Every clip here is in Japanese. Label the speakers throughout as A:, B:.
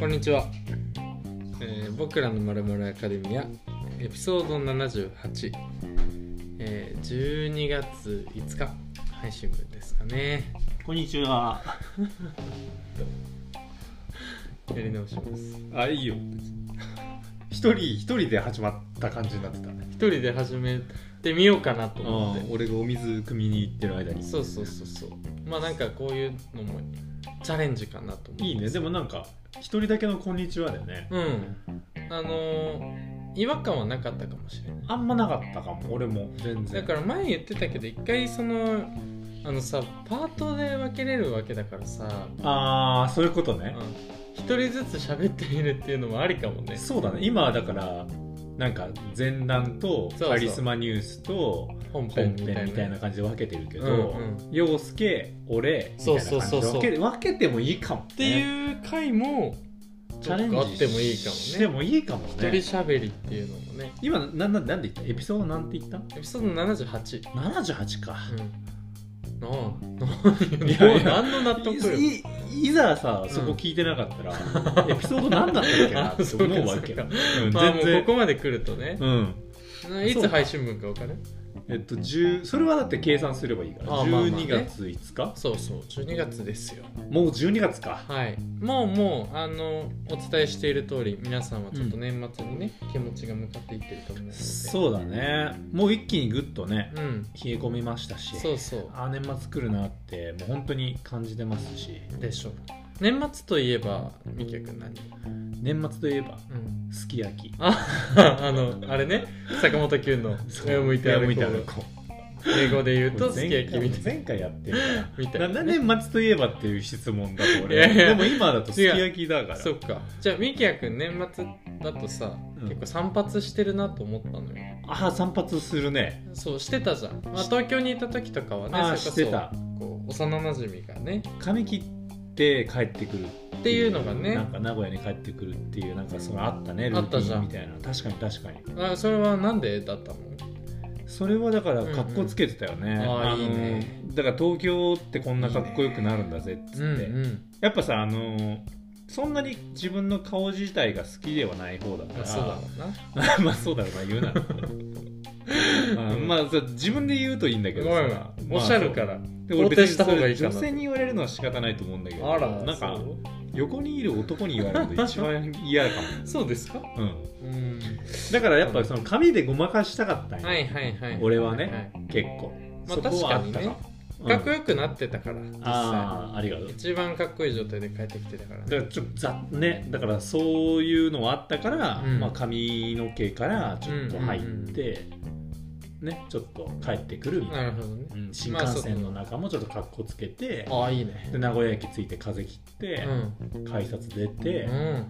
A: こんにちは、えー僕らのまるまるアカデミアエピソード78、えー12月5日配信分ですかね
B: こんにちは。
A: やり直します
C: あいいよ別に一人一人で始まった感じになってたね
A: 一人で始めてみようかなと思って
C: 俺がお水汲みに行ってる間に
A: そうそうそうそうまあなんかこういうのもチャレンジかなと思って
C: いいねでもなんか一人だけの「こんにちは」だよね
A: うんあのー違和感はなかったかもしれない
C: あんまなかったかも俺も全
A: だ
C: 然
A: から前言ってたけど一回そのあのさパートで分けれるわけだからさ
C: ああそういうことね、
A: 一人ずつ喋ってみるっていうのもありかもね
C: そうだね今はだからなんか前段と
A: そうそう
C: カリスマニュースと
A: 本
C: 本
A: 編みたいな
C: 編
A: ね
C: みたいな感じで分けてるけ
A: うん
C: ど
A: うん
C: 陽介俺みたいな
A: そうそ
C: 感じ
A: う
C: で
A: そうそう
C: 分ける分けてもいいかもね
A: っていう回も
C: チャレンジ
A: あってもいいか
C: して
A: もね
C: もいいかも
A: 一人
C: ね
A: 喋りっていうのもね
C: 今なんなんなんで言ったエピソードなんて言った
A: エピソード78
C: 78か
A: うんなあ
C: いやいや
A: 何の納得よ
C: いいいざさ
A: うん
C: そこ聞いてなかったら、 エピソード何だったっけなって思うわけよ、
A: あ
C: うん、
A: まあも
C: 全
A: うこ
C: 然
A: こまで来るとね
C: うん
A: いつ配信分か分かる
C: えっと10それはだって計算すればいいから
A: あまあまあね
C: 12月5日、
A: そうそう12月ですよ
C: もう12月か
A: はいもうもうあのお伝えしている通り皆さんはちょっと年末にね、気持ちが向かっていってると思うので
C: そうだねもう一気にグッとね
A: うん
C: 冷え込みましたし
A: そうそう
C: あー年末来るなってもう本当に感じてますし
A: でしょう年末といえばみきやくん何、
C: 年末といえば
A: うん、
C: すき焼き
A: ああのあれね坂本九の上を向いて歩
C: 上
A: こ
C: を向いうて歩こ
A: 英語で言う
C: う
A: とすき焼きみたい
C: 前回やってるから
A: みたい
C: な
A: な
C: な
A: ね
C: 年末といえばっていう質問だと俺
A: いやいや
C: でも今だとすき焼きだから
A: そっかじゃあみきやくん年末だとさ、
C: ん
A: 結構散髪してるなと思ったのよ
C: ああ散髪するね
A: そうしてたじゃん、まあ、
C: し
A: 東京にいた時とかはね
C: ああ
A: そ
C: し
A: れ
C: て
A: こそ
C: た
A: こう幼なじみがね
C: 髪切って帰ってくる
A: っていうのがね
C: なんか名古屋に帰ってくるっていうなんかそのあったねル
A: あ
C: ーテ
A: ったじ
C: ィ
A: ゃ
C: ン
A: ん
C: みたいな確かに確かに
A: あそれはなんでだったの
C: それはだから
A: うんうん
C: 格好つけてたよね、
A: あー
C: の
A: いいね
C: だから東京ってこんなかっこよくなるんだぜっつって
A: うん
C: やっぱさあのーそんなに自分の顔自体が好きではない方だか
A: ま
C: ら
A: あそうだろうな
C: まあそうだろうな言うな あーまあさ自分で言うといいんだけど
A: ごめん
C: さ
A: ごめん
C: まあ
A: おっしゃるから
C: で俺別
A: 肯定
C: に
A: した方がいいかな
C: それ女性に言われるのは仕方ないと思うんだけど
A: あら
C: なんか
A: そう
C: 横にいる男に言われるの一番嫌かも、
A: そうですか
C: うん、
A: うん
C: だからやっぱその髪でごまかしたかったんよ、
A: はいはいはい
C: 俺はね
A: い
C: 結構、
A: まあ
C: そこはあった
A: 確か
C: うん
A: かっこよくなってたから、実際
C: ああありがとう
A: 一番かっこいい状態で帰ってきてたから
C: だからちょっとざねだからそういうのはあったから、
A: うん
C: まあ、髪の毛からちょっと入って、ねちょっと帰ってくるみたい
A: な
C: な、
A: るほどね
C: うん新幹線の中もちょっと格好つけて、
A: ああいいね
C: で名古屋駅着いて風切って、
A: うん
C: 改札出て、
A: うん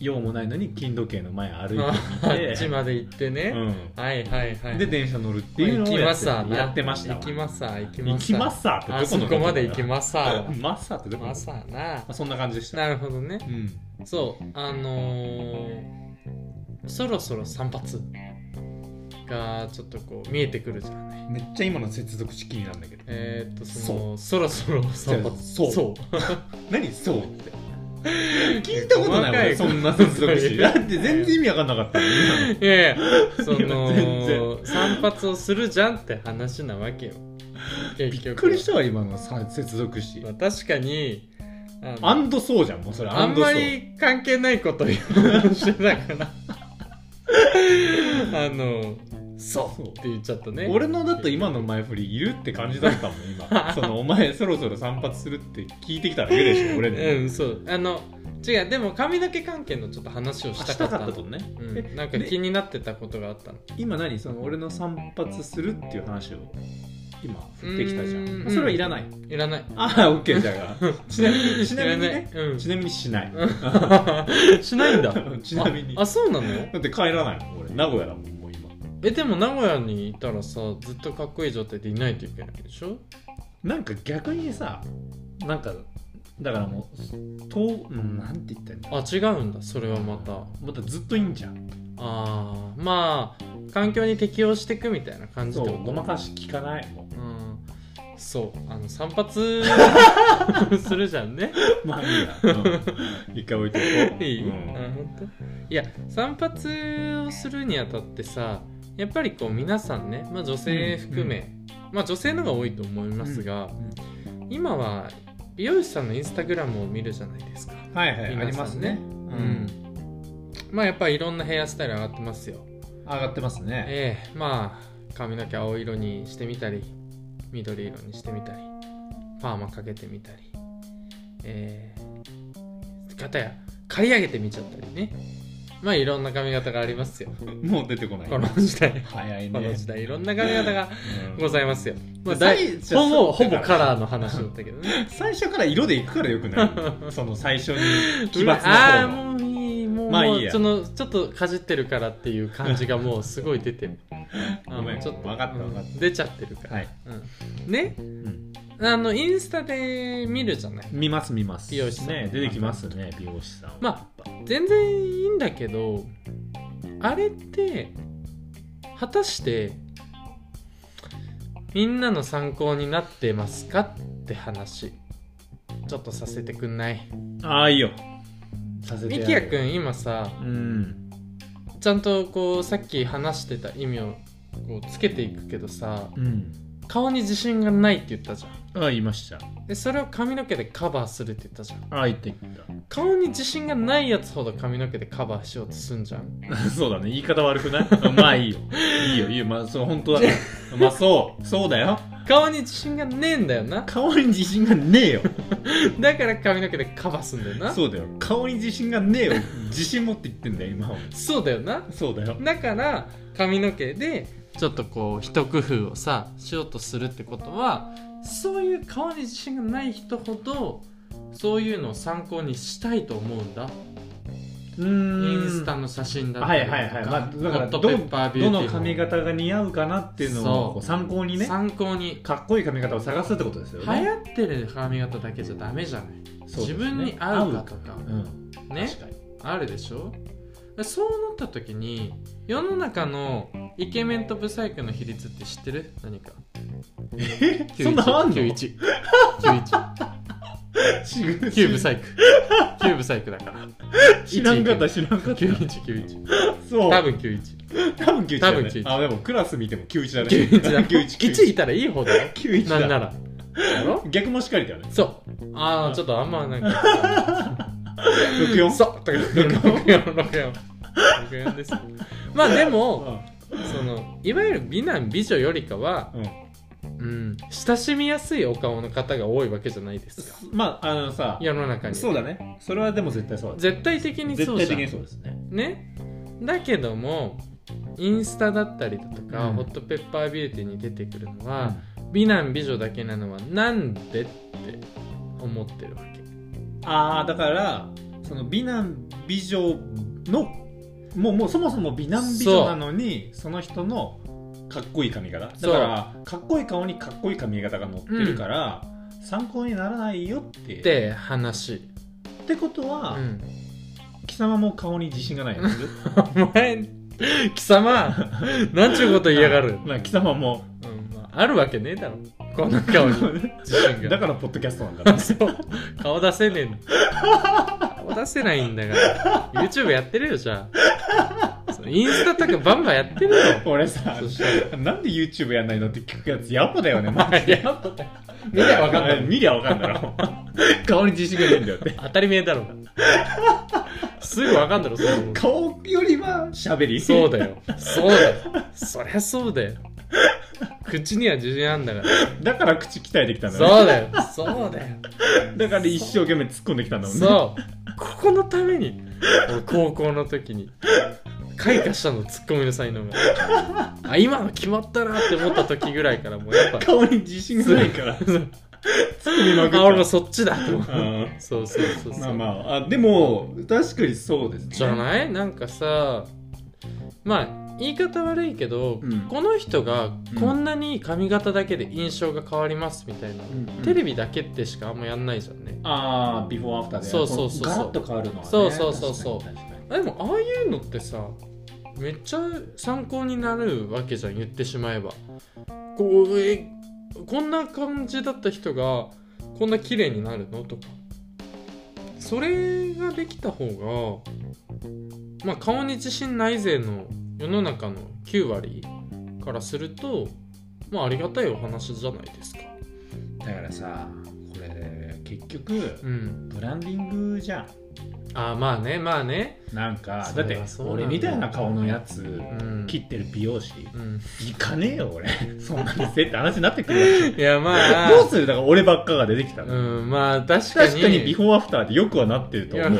C: 用もないのに金時計の前歩 い
A: あ
C: て
A: っ
C: み
A: ち
C: て、
A: まで行ってね、
C: う
A: はいはいはい
C: ん、で電車乗るって
A: まあ
C: いう
A: 行
C: のを
A: き
C: や
A: ま
C: っ
A: す
C: て,、
A: わな
C: やってましたわ
A: 行きますわ行き
C: 行
A: ます
C: きますわって
A: あ
C: どこ
A: そ
C: の
A: こまで行きますわ
C: すマッサーってどこ
A: ま
C: の
A: さな
C: まあそんな感じでした
A: なるほどね
C: うん
A: そうあのーそろそろ散髪がちょっとこう見えてくるじゃない
C: めっちゃ今の接続式になんだけど
A: えー、っとそのそろそろ散髪
C: そう
A: そう
C: 何そうって聞いたことない
A: え
C: 俺そんな接続
A: 細
C: 式 だっ
A: かい
C: て全然意味わかんなかったもん今 の
A: いやいやそ
C: 全
A: の
C: 然
A: 散髪をするじゃんって話なわけよ結
C: び
A: 局
C: っくりしたわ今のさ接続式
A: まあ確かにあの
C: アンドそうじゃんもうそれ
A: あ
C: ア
A: ん
C: ンド
A: ま
C: そう
A: り関係ないこと言おうとしてたから あの
C: そう
A: って言っちゃったね
C: 俺のだと今の前振りいるって感じだったもん 今そのお前そろそろ散髪するって聞いてきただけでしょ俺に、
A: うんそうあの違うでも髪の毛関係のちょっと話を
C: あ
A: した
C: し
A: か
C: た
A: った
C: か
A: の
C: ったとね、
A: うん
C: え
A: なんか
C: で
A: 気になってたことがあったの
C: 今何その俺の散髪するっていう話を今振ってきたじゃ
A: うーん
C: んあそれはいらない
A: いらない
C: ああオッケーじ ゃあちなみにちなみに
A: いら
C: ね
A: ない うん
C: ちなみにしない
A: しないんだ
C: ちなみに
A: ああそうなの
C: だって帰らないもん俺名古屋だもんもう今
A: えでも名古屋にいたらさずっとかっこいい状態でいないといけないでしょ
C: なんか逆にさなんかだからもうとうんなんて言ったらいいんだ
A: あ違うんだそれはまた
C: またずっといいんじゃん
A: あーまあ環境に適応していくみたいな感じ
C: そ
A: ってこと
C: うごまかし聞かない も
A: うんそうあの散 髪するじゃんね
C: うまあいいや、うん一回置いておこう
A: いい、
C: う
A: うんん、本当いや散髪をするにあたってさやっぱりこう皆さんね、まあ、女性含め、まあ女性の方が多いと思いますが、今は美容師さんのインスタグラムを見るじゃないですか
C: はいはい、あ
A: 皆
C: り
A: さ
C: ま
A: ん
C: すね、
A: う
C: う、
A: んんまあやっぱりいろんなヘアスタイル上がってますよ
C: 上がってますね
A: ええまあ髪の毛青色にしてみたり緑色にしてみたりパーマかけてみたりええかたや刈り上げてみちゃったりねまあいろんな髪型がありますよ
C: もう出てこない
A: この時代
C: 早いね
A: この時代いろんな髪型が
C: うん
A: ございますよ、まあ、だ
C: 最
A: い
C: じゃあ
A: ほぼ
C: そ
A: ほ
C: うだ
A: ぼ
C: から
A: カラーの話だったけどね
C: 最初から色でいくからよくない その最初に奇抜
A: ああ
C: な方 の
A: もういいもう,、
C: まあいいや
A: もうそのちょっとかじってるからっていう感じがもうすごい出てるあ
C: ごめん
A: ちょっと
C: 分かった分かった
A: うん出ちゃってるから、
C: はい、
A: うん、ね
C: うん
A: あのインスタで見るじゃない
C: 見ます見ます
A: 美容師さん
C: ね出てきますね美容師さんは
A: ま全然いいんだけどあれって果たしてみんなの参考になってますかって話ちょっとさせてくんない
C: ああいいよさせて
A: み
C: や
A: きや
C: る
A: くん今さ
C: うん
A: ちゃんとこうさっき話してた意味をこうつけていくけどさ
C: うん
A: 顔に自信がないって言ったじゃ
C: ああ言いました
A: んでそれを髪の毛でカバーするって言ったじゃん
C: ああ言ってき
A: 顔に自信がないやつほど髪の毛でカバーしようとすんじゃん
C: た そうだね言い方悪くないあまあいいよ いいよいいよまあそう本当だからまあそうそうだよ
A: 顔に自信がねえんだよな
C: 顔に自信がねえよ
A: だから髪の毛でカバーすんだよなそう
C: そうだよ顔に自信がねえよ自信持って言ってんだよ今は
A: だよな
C: そうだよ
A: だから髪の毛でちょっとこう一工夫をさしようとするってことはそういう顔に自信がない人ほどそういうのを参考にしたいと思うんだ
C: イ
A: イン
C: ン
A: スタの写真だっ
C: は
A: た
C: い
A: りとか、
C: はいはい、まあ、だから
A: ホット
C: ど
A: ペッパービュ
C: ど
A: ーティー
C: の髪型が似合うかなっていうの
A: そ
C: を
A: う
C: こう参考にね
A: 参考に
C: かっこいい髪型を探すってことですよ
A: 流
C: ね
A: 行ってる髪型だけじゃダメじゃない、
C: そうです
A: 自
C: ね
A: 分に合うかとか
C: うん
A: ね
C: 確かに
A: あるでしょそうなった時に世の中のイケメンとブサイクの比率って知ってる何か
C: えそんなあんの
A: ?9191 91 9ブサイク9ブサイクだから
C: 知らんかった知らんかった
A: 9191
C: そう
A: 多分9191
C: 多分91だ
A: 多
C: よね
A: 分91
C: あでもクラス見ても91だね
A: だ1
C: 91
A: いたらいい方だよ
C: 91
A: なんな
C: だ
A: らだろ
C: 逆もしかりだよね
A: そうああちょっとあんまなんか
C: 64
A: そうとか6464ですまあでも
C: う
A: そのいわゆる美男美女よりかは
C: んうん
A: うん、親しみやすいお顔の方が多いわけじゃないですか
C: まああのさ
A: 世の中に
C: そうだねそれはでも絶対そうだ
A: 絶対的にそ
C: 絶
A: うじ
C: 対
A: ゃ
C: 的
A: ん
C: にそうですね
A: ねだけどもインスタだったりだとか、
C: うん
A: ホットペッパービューティーに出てくるの
C: うん
A: は、美男美女だけなのはなんでって思ってるわけ
C: ああだからその美男美女のもうもうそもそも美男美女なのにその人のかっこいい髪型だ
A: そう
C: からかっこいい顔にかっこいい髪型が載ってるから、参考にならないよって
A: っ
C: って
A: 話、
C: てこと
A: う
C: は、
A: ん、
C: 貴様も顔に自信がないんです
A: お前貴様なんちゅうこと言いやがる、
C: まあ貴様 も
A: うんまあ、あるわけねえだろこんな顔に自信が
C: だからポッドキャストなんだ
A: そう顔出せねえの顔出せないんだから YouTube やってるよじゃあそのインスタとかバンバンやってるよ
C: 俺さ
A: そした
C: なんで YouTube やんないのって聞くやつやっぱだ よねマ
A: らいや見りゃ分かんない
C: い見りゃ分かんだろ顔に自信がないんだよって
A: 当たり前だろすぐ分かんだろそんなもん
C: 顔よりは喋り
A: そうだよそうだよそりゃそうだよ口には自信あんだから
C: だから口鍛えてきたんだね
A: そうだよそうだよ
C: だから一生懸命突っ込んできたんだもんね
A: そう ここのために俺高校の時に開花したのツッコミの才能があ今の決まったなって思った時ぐらいからもうやっぱ
C: 顔に自信がないから突っ込みまく
A: あ俺も
C: っ
A: そっちだと思う
C: たうん
A: そうそうそうそう、
C: まあまああでも確かにそうですね
A: じゃないなんかさまあ言い方悪いけど、
C: うん
A: この人が
C: うん
A: こんなに髪型だけで印象が変わりますみたいな、
C: うんうん
A: テレビだけってしかあんまやんないじゃんね
C: ああビフォーアフターで
A: そうそうそうそう
C: ガラッと変わるのはね
A: そうそうそうそう
C: 確かに確かに
A: あでもああいうのってさめっちゃ参考になるわけじゃん言ってしまえばこうえこんな感じだった人がこんな綺麗になるのとかそれができた方がまあ顔に自信ない勢の世の中の9割からするとまあありがたいお話じゃないですか
C: だからさこれ結局
A: うん
C: ブランディングじゃん
A: ああまあねまあね
C: なんか
A: そ
C: だっ
A: れ
C: て
A: はそうなんだ
C: 俺みたいな顔のやつ
A: うん
C: 切ってる美容師
A: うん
C: 行かねえよ俺 そんな店って話になってくるわ
A: いやま
C: け
A: あ
C: どうするだから俺ばっかが出てきたの、
A: うんまあ確かに
C: 確かにビフォーアフターでよくはなってると思う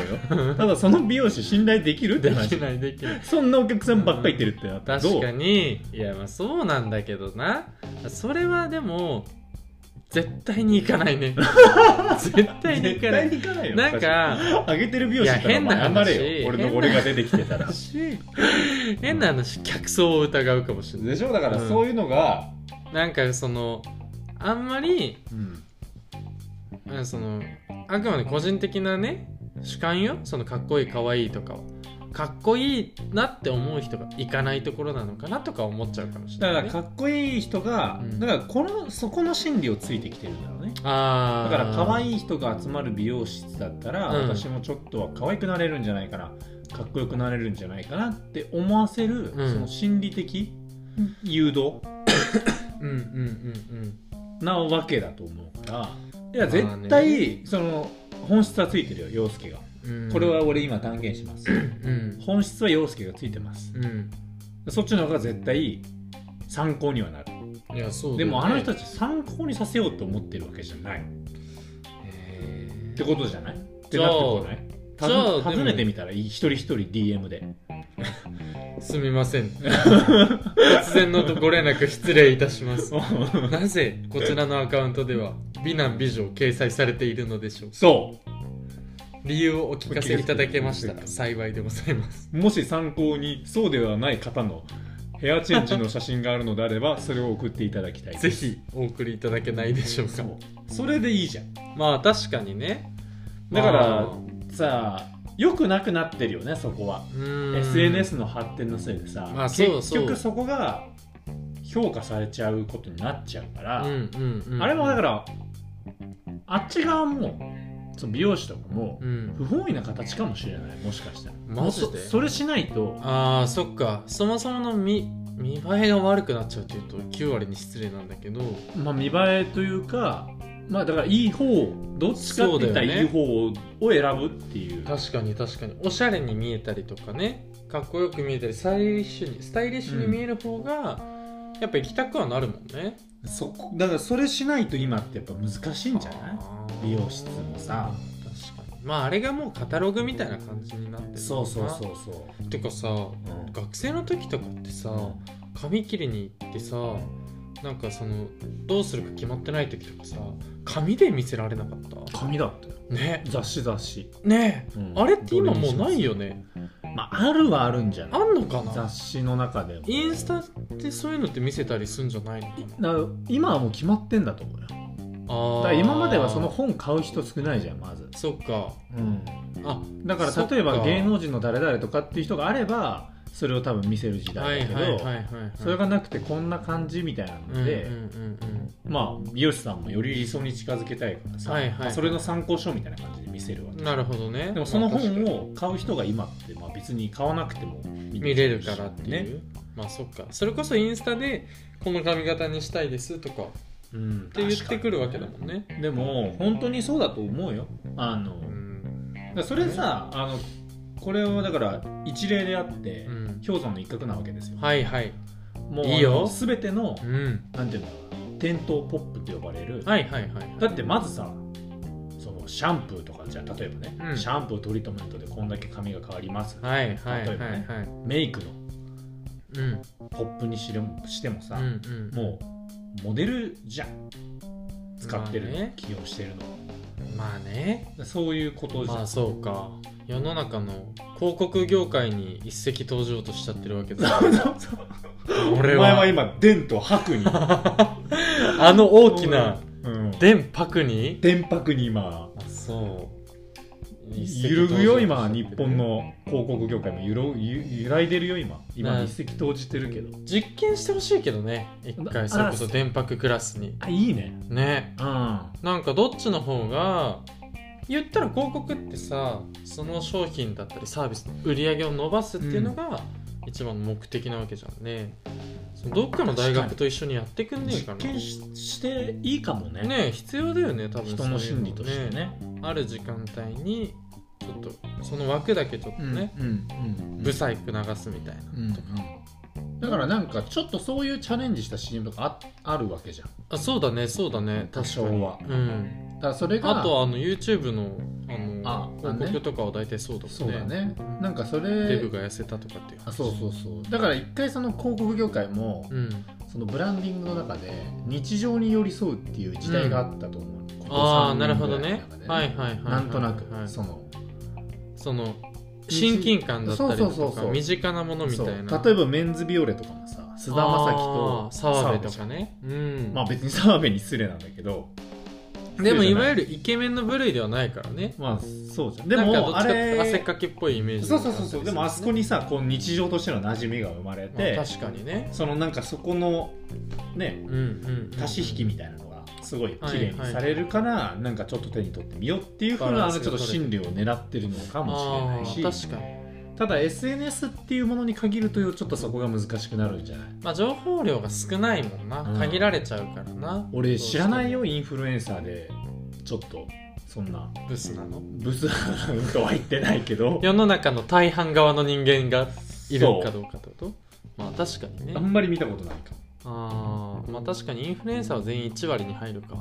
C: よただその美容師信頼できるって
A: でき
C: 話
A: ないできない
C: そんなお客さんばっかりいてるってなったらど
A: 確
C: う
A: かにいやまあそうなんだけどなそれはでも絶対に行かない ね絶対に行
C: 絶
A: かな
C: 対
A: い
C: に行かないよ
A: なんか
C: あげてる美容師いた
A: いや
C: ら
A: 変な話
C: 頑張れよ俺
A: 変な
C: の俺が出てきて たら
A: 変な話客層を疑うかもしれない
C: でしょだから
A: うん
C: そういうのが、
A: なんかそのあんまり
C: うん
A: あそのあくまで個人的なね主観よそのかっこいいかわいいとかはかっこいいなって思う人が行かないところなのかなとか思っちゃうかもしれ
C: だか
A: ない、
C: ら
A: ね、
C: かっこいい人が、
A: うん
C: だからこのそこの心理をついてきてるんだろうね
A: あ
C: だ
A: ー
C: から可愛い人が集まる美容室だったら、
A: うん
C: 私もちょっとは可愛くなれるんじゃないかなかっこよくなれるんじゃないかなって思わせる、
A: うん
C: その心理的誘導
A: うんうんうんうん
C: なわけだと思うからいや
A: まあね
C: 絶対その本質はついてるよ陽介がこれは俺今断言します
A: うん
C: 本質は陽介がついてます
A: うん
C: そっちの方が絶対参考にはなる
A: いやそうだ
C: で
A: よね
C: もあの人たち参考にさせようと思ってるわけじゃないっ
A: えー
C: てことじゃないって
A: じゃあ
C: なってこないた
A: じゃあ
C: 尋
A: でも
C: ねてみたらいい一人一人 DM です
A: みません突然のご連絡失礼いたし ますなぜこちらのアカウントでは美男美女を掲載されているのでしょうか
C: そ
A: 理由をお聞かせいただけましたら幸いでござい ます
C: うもし参考にそうではない方のヘアチェンジの写真があるのであれ ばそれを送っていただきたいです
A: ぜひお送りいただけないでしょうか
C: そうそれでいいじゃん
A: まあ確かにね
C: だから
A: ま
C: さあ良くなくなってるよねそこは
A: あうーん
C: SNS の発展のせいでさ、
A: まあそう
C: 結局そこが評価されちゃうことになっちゃうから、
A: うんうんうん
C: あれもだからあっち側もその美容師とかも
A: うん
C: 不本意な形かもしれないもしかしたら
A: マジで
C: もうそそれしないと
A: あーそっかそもそもの見見栄えが悪くなっちゃうっていうと9割に失礼なんだけど
C: まあ、見栄えというかまあだからいい方をどっちかって言ったら
A: そうだよね
C: いい方を選ぶっていう
A: 確かに確かにおしゃれに見えたりとかねかっこよく見えたりスタイリッシュにスタイリッシュに見える方が、やっぱ行きたくはなるもんね
C: そこだからそれしないと今ってやっぱ難しいんじゃない
A: あー
C: 美容室もさ
A: 確かにまああれがもうカタログみたいな感じになってる
C: そうそうそううそ
A: てかさ
C: う、うん
A: 学生の時とかってさ髪切りに行ってさなんかそのどうするか決まってない時とかさ紙で見せられなかった
C: 紙だったよ
A: ね
C: 雑誌雑誌、
A: ねえあれって今もうない
C: よ、
A: よね
C: まあ、あるはあるんじゃな
A: あ
C: い
A: んのかな
C: 雑誌の中でも
A: インスタってそういうのって見せたりすんじゃないのか
C: だから今はもう決まってんだと思う
A: な
C: よだ
A: あ
C: から
A: ー
C: 今まではその本買う人少ないじゃんまず、
A: そっか
C: うん、
A: あ
C: だか
A: そ
C: ら
A: っか
C: 例えば芸能人の誰々とかっていう人があればそれを多分見せる時
A: はい
C: 代だ
A: はい
C: けど、
A: はいはいはい
C: それがなくてこんな感じみたいな
A: うんう
C: の
A: ん
C: で、
A: うんうん
C: まあ美容師さんもより理想に近づけたいからさ、
A: はいはい
C: まあそれの参考書みたいな感じで見せるわけ
A: なるほどね
C: でもその
A: まあ確か
C: 本
A: に
C: を買う人が今ってまあ別に買わなくても
A: 見れるからってい
C: ね
A: う、まあそっかそれこそインスタでこの髪型にしたいですとかっ
C: うん、って
A: 言ってくるわけだもんね
C: でも本当にそうだと思うよあの、
A: うん
C: だからそれさあのこれはだから一例であって、
A: うん
C: 氷山の一角なわけですよ、
A: はいはい
C: もう
A: いいよ
C: あの全ての
A: うん
C: なんていうんだろう店頭ポップって呼ばれる、
A: はいはいはい
C: だってまずさそのシャンプーとかじゃあ例えばね、
A: うん
C: シャンプートリートメントでこんだけ髪が変わります、
A: はいはいはい
C: 例えばね
A: はい
C: メイクの
A: うん
C: ポップにしてもしてもさ、
A: うんうん
C: もうモデルじゃん使ってるの、
A: まあね
C: 起用してるのだか
A: まあね
C: らそういうことじゃん、
A: まあそうか世の中の広告業界に一石投じようとしちゃってるわけ だ
C: そうそうそう
A: 俺
C: お前は
A: は
C: 今電と白に
A: あの 大きな
C: うん
A: 電白に
C: 電白に今
A: あそう一石
C: 揺るぐよ
A: 投じて
C: 今
A: まし
C: 日
A: たけど
C: 本の広告業界も揺ろゆ揺らいでるよ今今
A: ね
C: 一石投じてるけど
A: 実験してほしいけどね一
C: あ
A: 回それこそ電泊クラスに
C: あいいね
A: ね
C: うん
A: なんかどっちの方が言ったら広告ってさその商品だったりサービスの売り上げを伸ばすっていうのが一番の目的なわけじゃんね、そのどっかの大学と一緒にやってくんねえかな
C: 実験ししていいかもね
A: ねえ必要だよね多分
C: 人の
A: そういう
C: 心理としてね
A: ある時間帯にちょっとその枠だけちょっとね、
C: うんうんうん
A: ブサイク流すみたいな、
C: うんうんだからなんかちょっとそういうチャレンジした CM とかああるわけじゃん
A: あそうだねそうだね
C: 多
A: 確か
C: 少
A: に
C: は
A: うん
C: だからそれが
A: あとはあの YouTube のあの
C: あ
A: 広告とかは大体そうだもんね
C: そうだねなんかそ
A: デ
C: れ
A: ブが痩せたとかっていう話
C: あそうそうそうだから一回その広告業界も、
A: うん
C: そのブランディングの中で日常に寄り添うっていう時代があったと思う、ここ
A: ああ
C: 3
A: なるほどね
C: 年ぐらい
A: はいは
C: の中で
A: いはいはい
C: なんとなく、
A: はい
C: その
A: その親近感だったり
C: そうそ
A: と
C: うそう
A: か
C: そう
A: 身近なものみた
C: そう
A: いな
C: 例えばメンズビオレとかもさ菅田将暉
A: あ
C: と
A: ー澤部と
C: じゃ
A: か
C: ん
A: ねうん
C: まあ別に澤部に失礼なんだけど
A: でもいわゆ
C: る
A: るイケメンの部類ではないからね
C: まあそうじゃんで
A: なんかど
C: も
A: っ
C: あ
A: ちかっていう
C: れ
A: と汗っかきっぽいイメージ
C: そうそうそうそうでもあそこ
A: に
C: にさこう日常としての馴染みが生まれて、
A: 確かにね
C: そのなんかそこのね
A: うんうんうん
C: 足し引きみたいなのがすごい綺麗にされるから、なんかちょっと手に取ってみようっていうふう
A: バラ
C: なあ
A: ンス
C: の
A: が
C: ちょっと心理を狙ってるのかもしれないし
A: あー確かに
C: ただ SNS っていうものに限るとちょっとそこが難しくなるんじゃない
A: まあ、情報量が少ないもんな、
C: うん
A: 限られちゃうからな
C: 俺知らない
A: ど
C: よ
A: う
C: インフルエンサーでちょっとそんな
A: してもブスなの
C: ブスとは言ってないけど
A: 世の中の大半側の人間がいるかどうかってことまあ確かにね
C: あんまり見たことないかも
A: あーまあ確かにインフルエンサーは全員1割に入るか、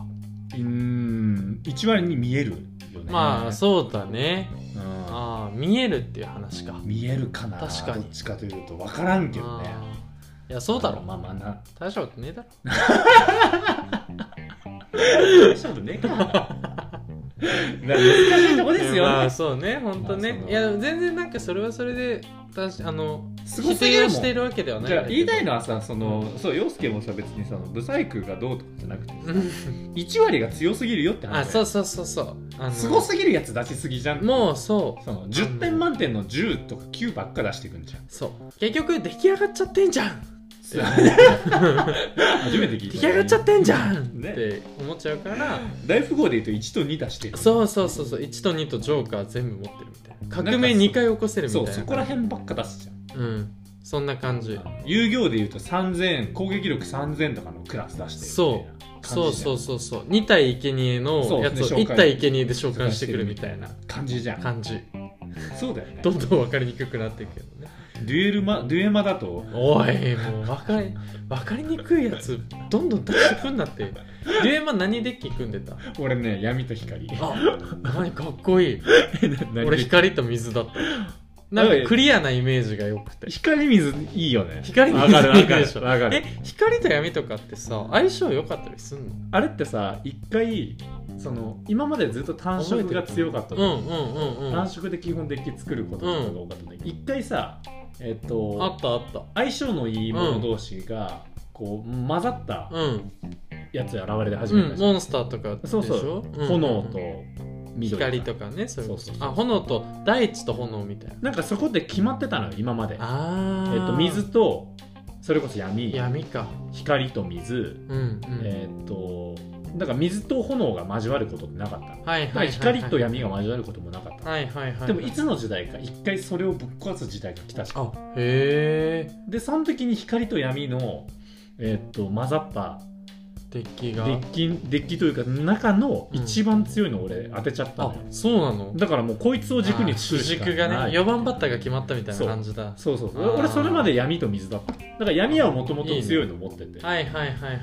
C: うーん1割に見えるよね
A: まあそうだね
C: うん
A: ああ見えるっていう話か
C: 見えるかな
A: 確かに
C: どっちかというと分からんけどね
A: あーいやそうだろ
C: まあまあな
A: 大したことねえだろ
C: 大丈夫ね 難しいとこですよ、
A: まあそうね本当ね、
C: まあその
A: いや全然なんかそれはそれで私あの
C: すご
A: 否
C: すぎる
A: 定を
C: もん
A: しているわけではない
C: じゃあ言いたい
A: の
C: のはさそのそう陽介もさ別にさブサイクがどうとかじゃなくて
A: うん
C: 1割が強すぎるよって 話
A: あそうそうそうそうあの
C: すごすぎるやつ出しすぎじゃん
A: もうそう
C: その10点満点の10とか9ばっか出してくんじゃん
A: そう結局出来上がっちゃってんじゃん
C: 初めて聞い
A: 出
C: た
A: 来上がっちゃってんじゃんっ
C: ね
A: て思っちゃうから
C: 大富豪で言うと1と2出してる
A: そうそうそうそう1と2とジョーカー全部持ってるみたいな革命
C: なん
A: 2
C: かそ
A: 回起こせるみた
C: そ
A: いうな
C: そこら辺ばっか出すじゃん
A: うんそんな感じ
C: 遊行で言うと3000攻撃力3000とかのクラス出してるみたいな感じ
A: そうそうそうそう2体生贄のやつを
C: そうね紹
A: 1
C: 介
A: 体生贄で召喚してくるみたいな
C: 感じじゃん
A: 感じ
C: そうだよね
A: どんどん分かりにくくなっていくけどね
C: デュエルマデュエマだと
A: おいもう分かり分かりにくいやつどんどん出してくんなってデュエマ何デッキ組んでた
C: 俺ね闇と光
A: あ何かっこいい 俺
C: 俺
A: 光と水だったなんかクリアなイメージが良くて
C: 光水いいよね
A: 光水
C: わかるわ
A: いい
C: か
A: で
C: る
A: しょ
C: わか
A: え
C: る
A: 光と闇とかってさ相性良かったりすんの
C: あれってさ一回その今までずっと単色が強かった
A: う
C: の
A: んうんうんうんあ
C: 単
A: っ
C: 色で基本デッキ作ることとかが多かったんだけど、一回さえっ、と
A: たあった
C: 相性のいいもの同士がこう混ざった
A: うん、
C: やつが現れて始
A: う
C: めた
A: ん、
C: じゃん
A: モンスターとかでし
C: そ
A: ょ
C: うそう、
A: ん
C: 炎と緑
A: 光とかねそれこ
C: そ
A: そう
C: そうそう
A: あ炎と大地と炎みたいな
C: なんかそこで決まってたのよ今まで、
A: あ
C: えっ
A: ー
C: と水とそれこそ闇
A: 闇か
C: 光と水、
A: うんうん、
C: えっとだから水と炎が交わることってなかった
A: はい
C: のだか
A: はいはい、は
C: ら
A: い、
C: 光と闇が交わることもなかったの
A: はいはいはいはい
C: でもいつの時代か一回それをぶっ壊す時代が来たし
A: あへえ
C: でその時に光と闇の、えっと混ざった
A: デッキ
C: デ
A: が
C: ッキデッキというか中の一番強いのを俺当てちゃったの
A: あ
C: よ、
A: そうなの
C: だからもうこいつを軸に作るしか
A: 軸がね
C: ない
A: 4番バッターが決まったみたいな感じだ
C: そうそうそう
A: あー
C: 俺それまで闇と水だっただから闇はもともと強いの持ってて
A: はいはいはいはいはいはい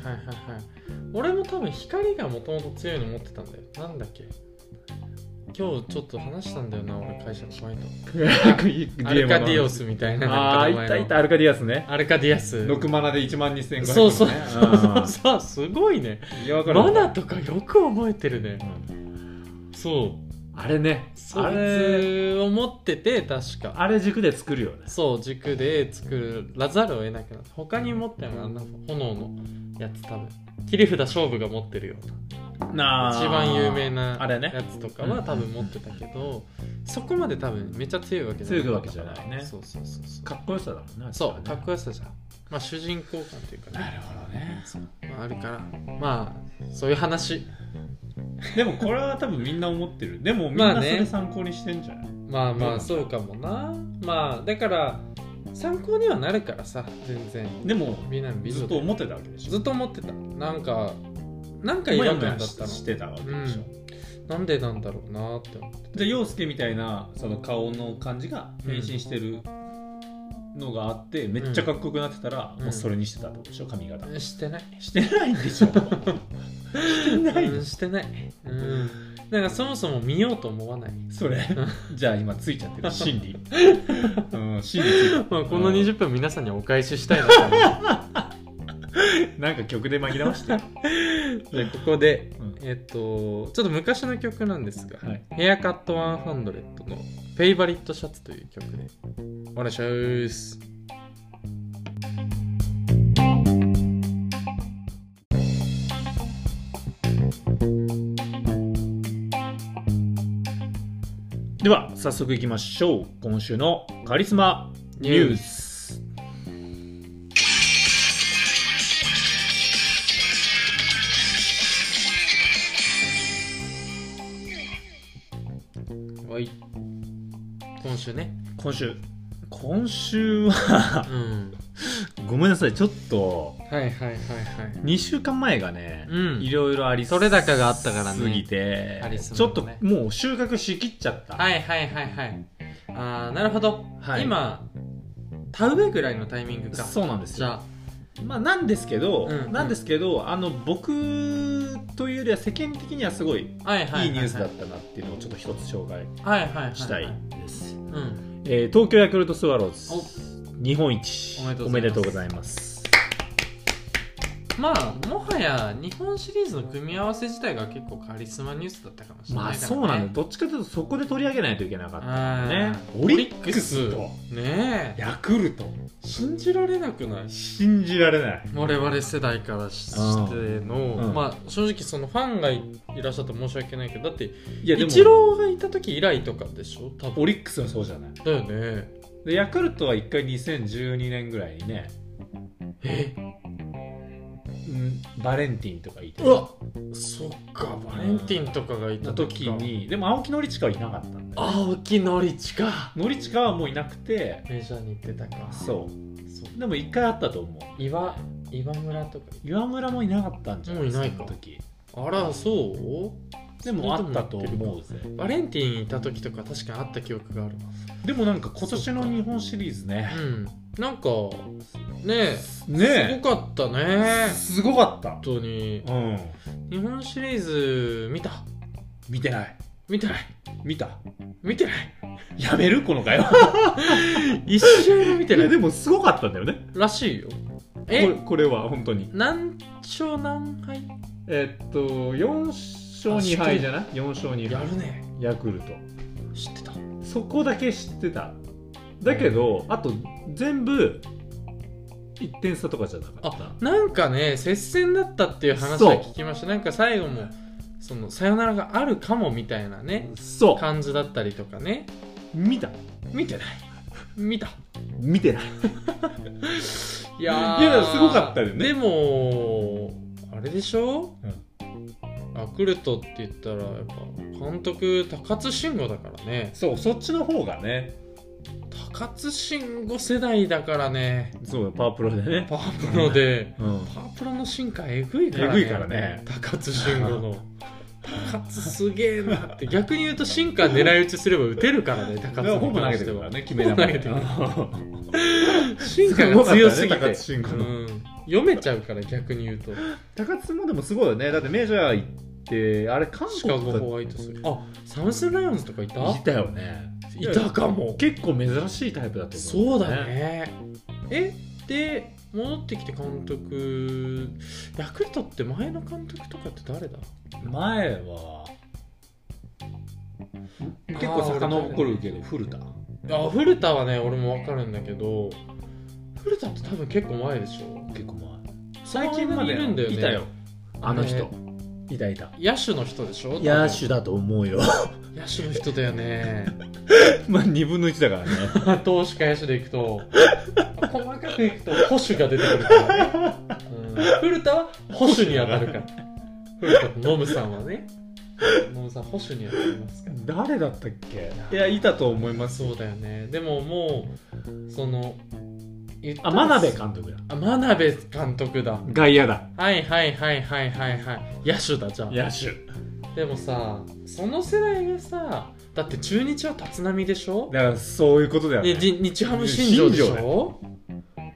A: 俺も多分光がもともと強いの持ってたんだよなんだっけ今日ちょっと話したんだよな俺会社の前とアルカディオスみたいな
C: あ
A: な
C: あ
A: ん
C: ー
A: か
C: い
A: 名
C: た
A: 前の
C: いたアルカディアスね
A: アルカディアス
C: 6マナで1万2500円、ね、
A: そうそうそうそ
C: あ
A: うそうすごいね
C: ーいやわかる
A: マナとかよく覚えてるね
C: うん
A: そう
C: あれね
A: そ
C: あ
A: い
C: れ
A: つを持ってて確か
C: あれ軸で作るよね
A: そう軸で作らざるを得なくなった他に持ってもあんな炎のやつ多分切り札勝負が持ってるような
C: な
A: 一番有名な
C: あれね
A: やつとかは多分持ってたけど、そこまで多分めっちゃ強いわけじゃな
C: 強いわけじゃないね
A: そうそうそうそう
C: かっこよさだもんね
A: そうかっ
C: よ
A: こよさじゃんまあ主人公感というか
C: な
A: ね、
C: るほどね
A: まあ、あるからまあそういう話
C: でもこれは多分みんな思ってるでもみんな
A: まあ
C: そ
A: ね
C: れ参考にしてんじゃない、
A: まあまあそうかもなまあだから参考にはなるからさ全然
C: でも
A: みんなの美
C: ず
A: 女
C: っと思ってたわけでしょ
A: ずっと思ってたなんかなんか違
C: もや
A: 和
C: もや
A: 感だっ
C: した
A: の
C: してたわけでしょ、
A: なんでなんだろうなって思って
C: じゃあ陽介みたいなその顔の感じが変身してるのがあって、めっちゃかっこよくなってたら、
A: うん
C: もうそれにしてたってことでしょ髪型、
A: してない
C: してないんでしょしてない
A: うん、してないうんなんかそもそも見ようと思わない
C: それじゃあ今ついちゃってる心理うん心理つい
A: まあこ
C: う
A: の
C: ん
A: 20分皆さんにお返ししたいなと思って
C: なんか曲で紛らわして。は
A: でここで、
C: うん
A: えっとちょっと昔の曲なんですが「
C: い。
A: ヘアカット100」の「フェイバリットシャツ」という曲でお願いします
C: では、早速いきましょう。今週のカリスマニュース。
A: はい今週ね、
C: 今週。今週は
A: うん
C: ごめんなさい、ちょっと、
A: はいはいはいはい
C: 2週間前がね、
A: うん
C: いろいろあり
A: それ高があったからね
C: すぎて
A: カリ、ス
C: ちょ
A: マ
C: っ
A: の
C: と
A: ね
C: もう収穫しきっちゃった。
A: はいはいはいはいああなるほど、
C: はい
A: 今田植えぐらいのタイミングか
C: そうなんです
A: じ
C: よ。
A: ゃ
C: まあ、なんですけど、
A: うん
C: なんですけど、あの、僕というよりは世間的にはすごい
A: あはいはいはい
C: いいニュースだ
A: は
C: ったなっていうのをちょっと一つ紹介
A: いはいはいはい
C: したいです。
A: うん
C: えー東京ヤクルトスワロー
A: お
C: ズ日本一
A: おめでとうござ
C: います
A: まあもはや日本シリーズの組み合わせ自体が結構カリスマニュースだったかもしれないか
C: ま
A: ら、
C: あ
A: ね、
C: そうなんだどっちかというとそこで取り上げないといけなかった
A: あー
C: ねオリックスと
A: ねえ
C: ヤクルト
A: 信じられなくない
C: 信じられない
A: 我々世代からししての、
C: うん
A: まあ正直そのファンがいらっしゃって申し訳ないけどだって
C: い
A: イチローがいた時以来とかでしょ多分
C: オリックスはそうじゃない
A: だよね
C: でヤクルトは一回2012年ぐらいにね、
A: え
C: うん、バレンティンとかいて
A: うわそっかバレンティンとかがいた
C: の時にでも青木宣親はいなかったんだよ
A: 青木宣親か
C: 宣親はもういなくて
A: メジャーに行ってたか
C: そう
A: そう
C: でも一回あったと思う
A: 岩岩村とか
C: 岩村もいなかったんじゃない
A: もういないか
C: その時
A: あらそう
C: でもあったと思うぜ
A: バレンティンいた時とか確かにあった記憶があ る
C: でもなんか今年の日本シリーズね
A: うんなんかねえす
C: ね
A: ごかった
C: え
A: ね
C: すごかった
A: 本当に
C: うん
A: 日本シリーズ見た
C: 見てない
A: 見てない
C: 見た
A: 見てない
C: やめるこの 会話
A: 一試合も見て
C: い
A: な
C: やで
A: い
C: もすごかったんだよね
A: らしいよ
C: これ
A: え
C: これは本当に
A: 何勝何敗
C: えっと4勝2敗じゃない4勝2
A: や
C: 敗
A: るね
C: ヤクルト
A: 知ってた
C: そこだけ知ってただけどあと全部1点差とかじゃなかった
A: あなんかね接戦だったっていう話は聞きましたなんか最後もそのさよならがあるかもみたいなね
C: そ
A: 感じだったりとかね
C: う見た
A: 見てない見た
C: 見てない
A: いや
C: いやすごかったよね
A: でもあれでしょ、
C: うん
A: アクルトって言ったらやっぱ監督高津慎吾だからね
C: そうそっちの方がね
A: 高津慎吾世代だからね
C: そうパワープロでね
A: パワープロで
C: うん
A: パワープロの進化えぐいからね
C: えぐいからね
A: 高津慎吾 の高津すげえなって逆に言うと進化狙い撃ちすれば打てるからね高津
C: ほぼ投げて
A: て
C: るか
A: は
C: らね決め球で
A: 投げてる 進化が強すぎて
C: すごかったね高津進化の
A: うん読めちゃうから逆に言うと
C: 高津もでもすごいよねだってメジャー行ってあれ韓
A: シカ
C: 国
A: ゴ
C: と
A: ホワイトソックスあサムスンライオンズとかいた
C: いたよね
A: いたかも
C: 結構珍しいタイプだと思
A: そうだねえで戻ってきて監督ヤクルトって前の監督とかって誰だ
C: 前は結構遡るけど古田
A: あ古田はね俺も分かるんだけど古田って多分結構前でしょ
C: 結構前
A: その間にいるんだよね
C: いたよあの人
A: ね
C: 抱いた
A: 野手の人でしょ
C: 野手だと思うよ
A: 野手の人だよね
C: まあ2分の1だからね
A: 投手か野手でいくと細かくいくと保守が出てくるからね、うん、古田は保守に当たるから古田とノムさんはねノムさん保守に当たりますから
C: 誰だったっけいやいたと思います
A: そうだよねでももうその言った
C: あ
A: ら
C: 真鍋監督だ
A: あ真鍋監督だ
C: 外野だ
A: はいはいはいはいはいはい野手だじゃあ
C: 野手
A: でもさその世代がさだって中日は立浪でしょ
C: だからそういうことだよね
A: でじ日ハム新庄でし
C: 新
A: ょ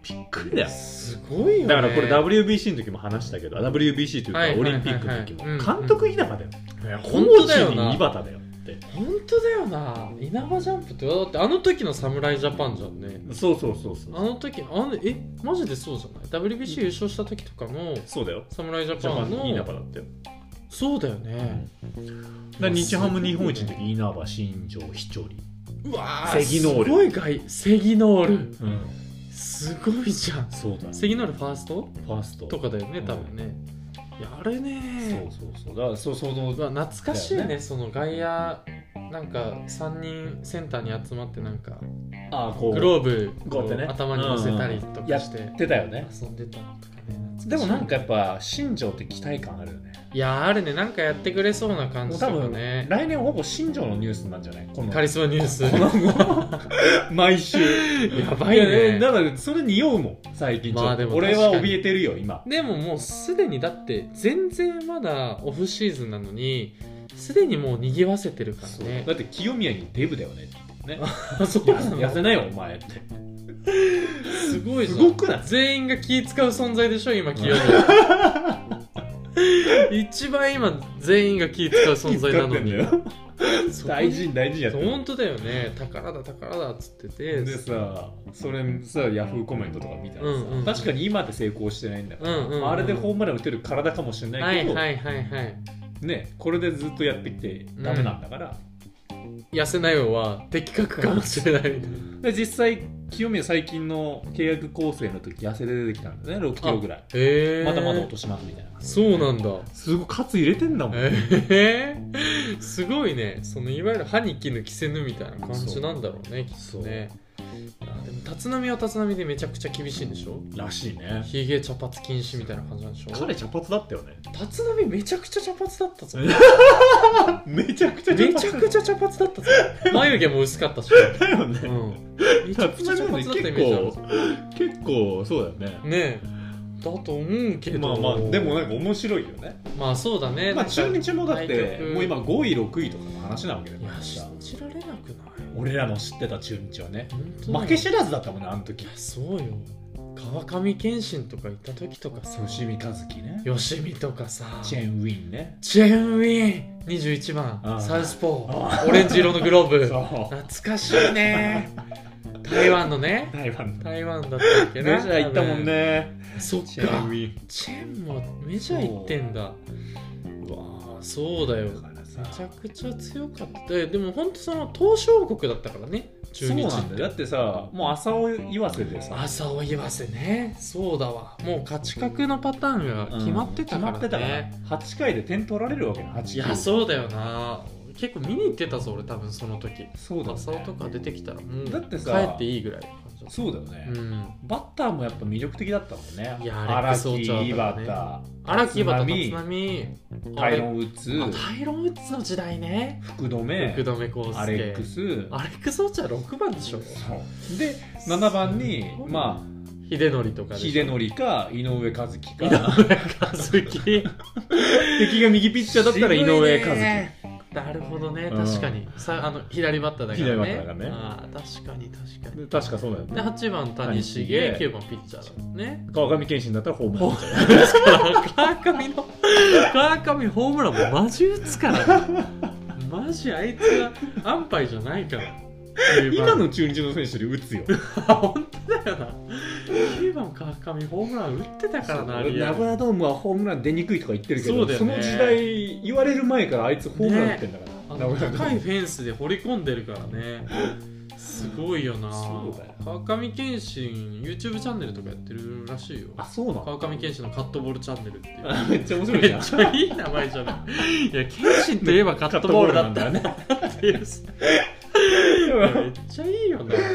C: びっくりだよ
A: すごいよね
C: だからこれ WBC の時も話したけどあ WBC と
A: はい
C: い
A: は
C: う
A: い
C: かオ
A: はい
C: リンピックの時も
A: うん
C: 監督稲葉だよ
A: いや
C: コ
A: 本当
C: ーチ
A: だよ
C: に
A: な
C: 井端だよって
A: 本当だよな稲葉ジャンプってだってあの時の侍ジャパンじゃんね
C: そうそうそうそ
A: あの時あのえマジでそうじゃない WBC 優勝した時とかも
C: そうだよ
A: 侍ジャ
C: ジャ
A: パ
C: パ
A: ン
C: ン稲葉
A: の
C: だったよ
A: そうだよね
C: だから日ハム日本一の時稲葉新庄飛距離
A: うわー
C: セギノール
A: すごい外セギノール
C: うん
A: すごいじゃん
C: そうだ
A: セギノールファースト
C: ファースト
A: とかだよね多分ね、いやあれ
C: そう
A: ね
C: そうそうだからそうそう
A: うわ懐かしいね
C: だよね
A: その外野なんか3人センターに集まってなんか
C: ああこう
A: グローブ
C: こうやってね
A: こう頭に乗せたりとかして、
C: やってたよね
A: 遊んでたのとかね
C: でもなん
A: か
C: かやっぱ新庄って期待感あるよね
A: いやあるねなんかやってくれそうな感
C: もう
A: じ
C: 多
A: とか
C: 分
A: ね
C: 来年ほぼ新庄のニュースなんじゃないこの
A: カリスマニュース
C: この後 毎週
A: やばいね
C: やだからそれに酔うもん最近ちょっと、
A: まあでも
C: 俺は
A: 確かに
C: 怯えてるよ今
A: でももうすでにだって全然まだオフシーズンなのにすでにもう賑わせてるからね
C: だって清宮にデブだよねね
A: あ そうなの
C: 痩せないよお前って
A: すごいじゃん
C: すごくない
A: 全員が気使う存在でしょ今清 宮一番今全員が気使う存在なのに
C: 気遣ってんだよ
A: そこ
C: 大事に大事にやってる
A: 本当だよね宝だ宝だっつってて
C: でさそれさヤフーコメントとか見たらさ、
A: うんうん
C: 確かに今で成功してないんだから、
A: うんうんうん
C: あれでホームラン打てる体かもしれな
A: はい
C: け
A: い
C: ど、
A: はいはいはい
C: ね、これでずっとやってきてダメなんだから、
A: 痩せないよは的確かもしれないみたいな
C: で実際清宮最近の契約構成の時痩せで出てきたんだよね6キロぐらい
A: へえ
C: まだまだ落としますみたいな
A: そうなんだ
C: すごいカツ入れてんだもん、
A: ええすごいねそのいわゆる歯に衣着せぬみたいな感じなんだろうねきっとねいやでも立浪は立浪でめちゃくちゃ厳しいんでしょ
C: らしいね
A: ひげ茶髪禁止みたいな感じなんでしょ
C: 彼茶髪だったよね
A: 立浪めちゃくちゃ茶髪だったぞ
C: めちゃくちゃ
A: めちゃくち
C: ゃ
A: ゃ茶髪だ ったぞ眉毛も薄かったし、
C: だよね、
A: うん、めちゃく
C: 立
A: ちゃ茶
C: 浪
A: 髪
C: ね
A: だったイメージある
C: 結構結構そうだよね
A: ねえだと思うけど
C: まあまあでもなんか面白いよね
A: まあそうだね
C: まあ
A: なんか
C: 中日もだって
A: 対局
C: もう今5位6位とかの話なわけだ
A: い
C: か
A: や
C: らさ
A: 信じられなくない
C: 俺らの知ってた中日はね
A: 本当だよ
C: 負け知らずだったもんねあの時
A: いやそうよ川上謙信とかいた時とかさ
C: 吉見和樹ね
A: 吉見とかさ
C: チェーンウィンね
A: チェーンウィン21
C: あ
A: 番
C: あ
A: サウスポ
C: あ
A: ーオレンジ色のグローブ
C: そう
A: 懐かしいね 台湾のね
C: 台湾の
A: 台湾だったっけ
C: メジ
A: な
C: ャー行ったもんね
A: 多分そっか
C: チェーンウィン
A: チェーンもメジャー行ってんだ
C: うわー
A: そうだよ
C: だからさ
A: めちゃくちゃ強かったででも本当その東証国だったからね中
C: そう
A: 日
C: な
A: っ
C: んだ
A: て
C: よだってさもう浅尾岩瀬でさ
A: 朝を言わせねそうだわもう勝ち確のパターンが決まってたからね、
C: 決まってたから8回で点取られるわけね8
A: いや
C: 回
A: そうだよな結構見に行ってたぞ俺多分その時
C: そうだよね
A: 朝尾とか出てきたらもう
C: だってさ
A: 帰っていいぐらいの感じだっ
C: そうだよね
A: たうん
C: バッターもやっぱ魅力的だったもんね。
A: いや
C: 荒
A: レッ
C: 木、
A: クスオチョアとかね
C: 井端、
A: 荒木畑
C: 立浪
A: 立浪
C: タイロ
A: ン
C: ン・ウッズ、
A: タイロンウッズの時代ね
C: 福留
A: 福、留康介
C: アレックス。
A: アレックス・オチャ6番でしょ
C: そうで、7番に
A: すご、い
C: ま
A: 秀則とか
C: あ、
A: でしょ
C: 秀則か、井上和樹
A: 井上
C: か。
A: 和 樹
C: 敵が右ピッチャーだったら井上和樹。
A: 樹なるほどね
C: うん
A: 確かに、さあの左バッターだからね
C: 左バッターだからね
A: ああ確かに確かに
C: で確かそうだよ
A: で
C: ね。
A: 8番谷繁
C: 谷繁
A: 9番ピッチャーだもんね
C: 川上健信だったらホームラン打っちゃう。
A: ですから 川上の川上ホームランもマジ打つからねマジあいつは安牌じゃないから
C: 今の中日の選手より打つよ。
A: あ本当だよな9番川上ホームラン打ってたからなあれ
C: ナブラドームはホームラン出にくいとか言ってるけ
A: そ
C: ど、
A: うだよ
C: そ
A: ね
C: の時代、言われる前からあいつホームラン打ってんだか
A: あ
C: ら。名
A: の
C: 古屋ドーム
A: 高いフェンスで掘り込んでるからねすごいよな、
C: そうだよ
A: 川上謙信 YouTube チャンネルとかやってるらしいよ
C: あそうな
A: 川
C: の
A: 上謙信のカットボールチャンネルっていう
C: あめっちゃ面白い
A: め
C: じゃ
A: っ
C: ん
A: ちゃいい名前じゃないいや謙信といえばカットボールだったよねっていうめっちゃいいよな
C: カッ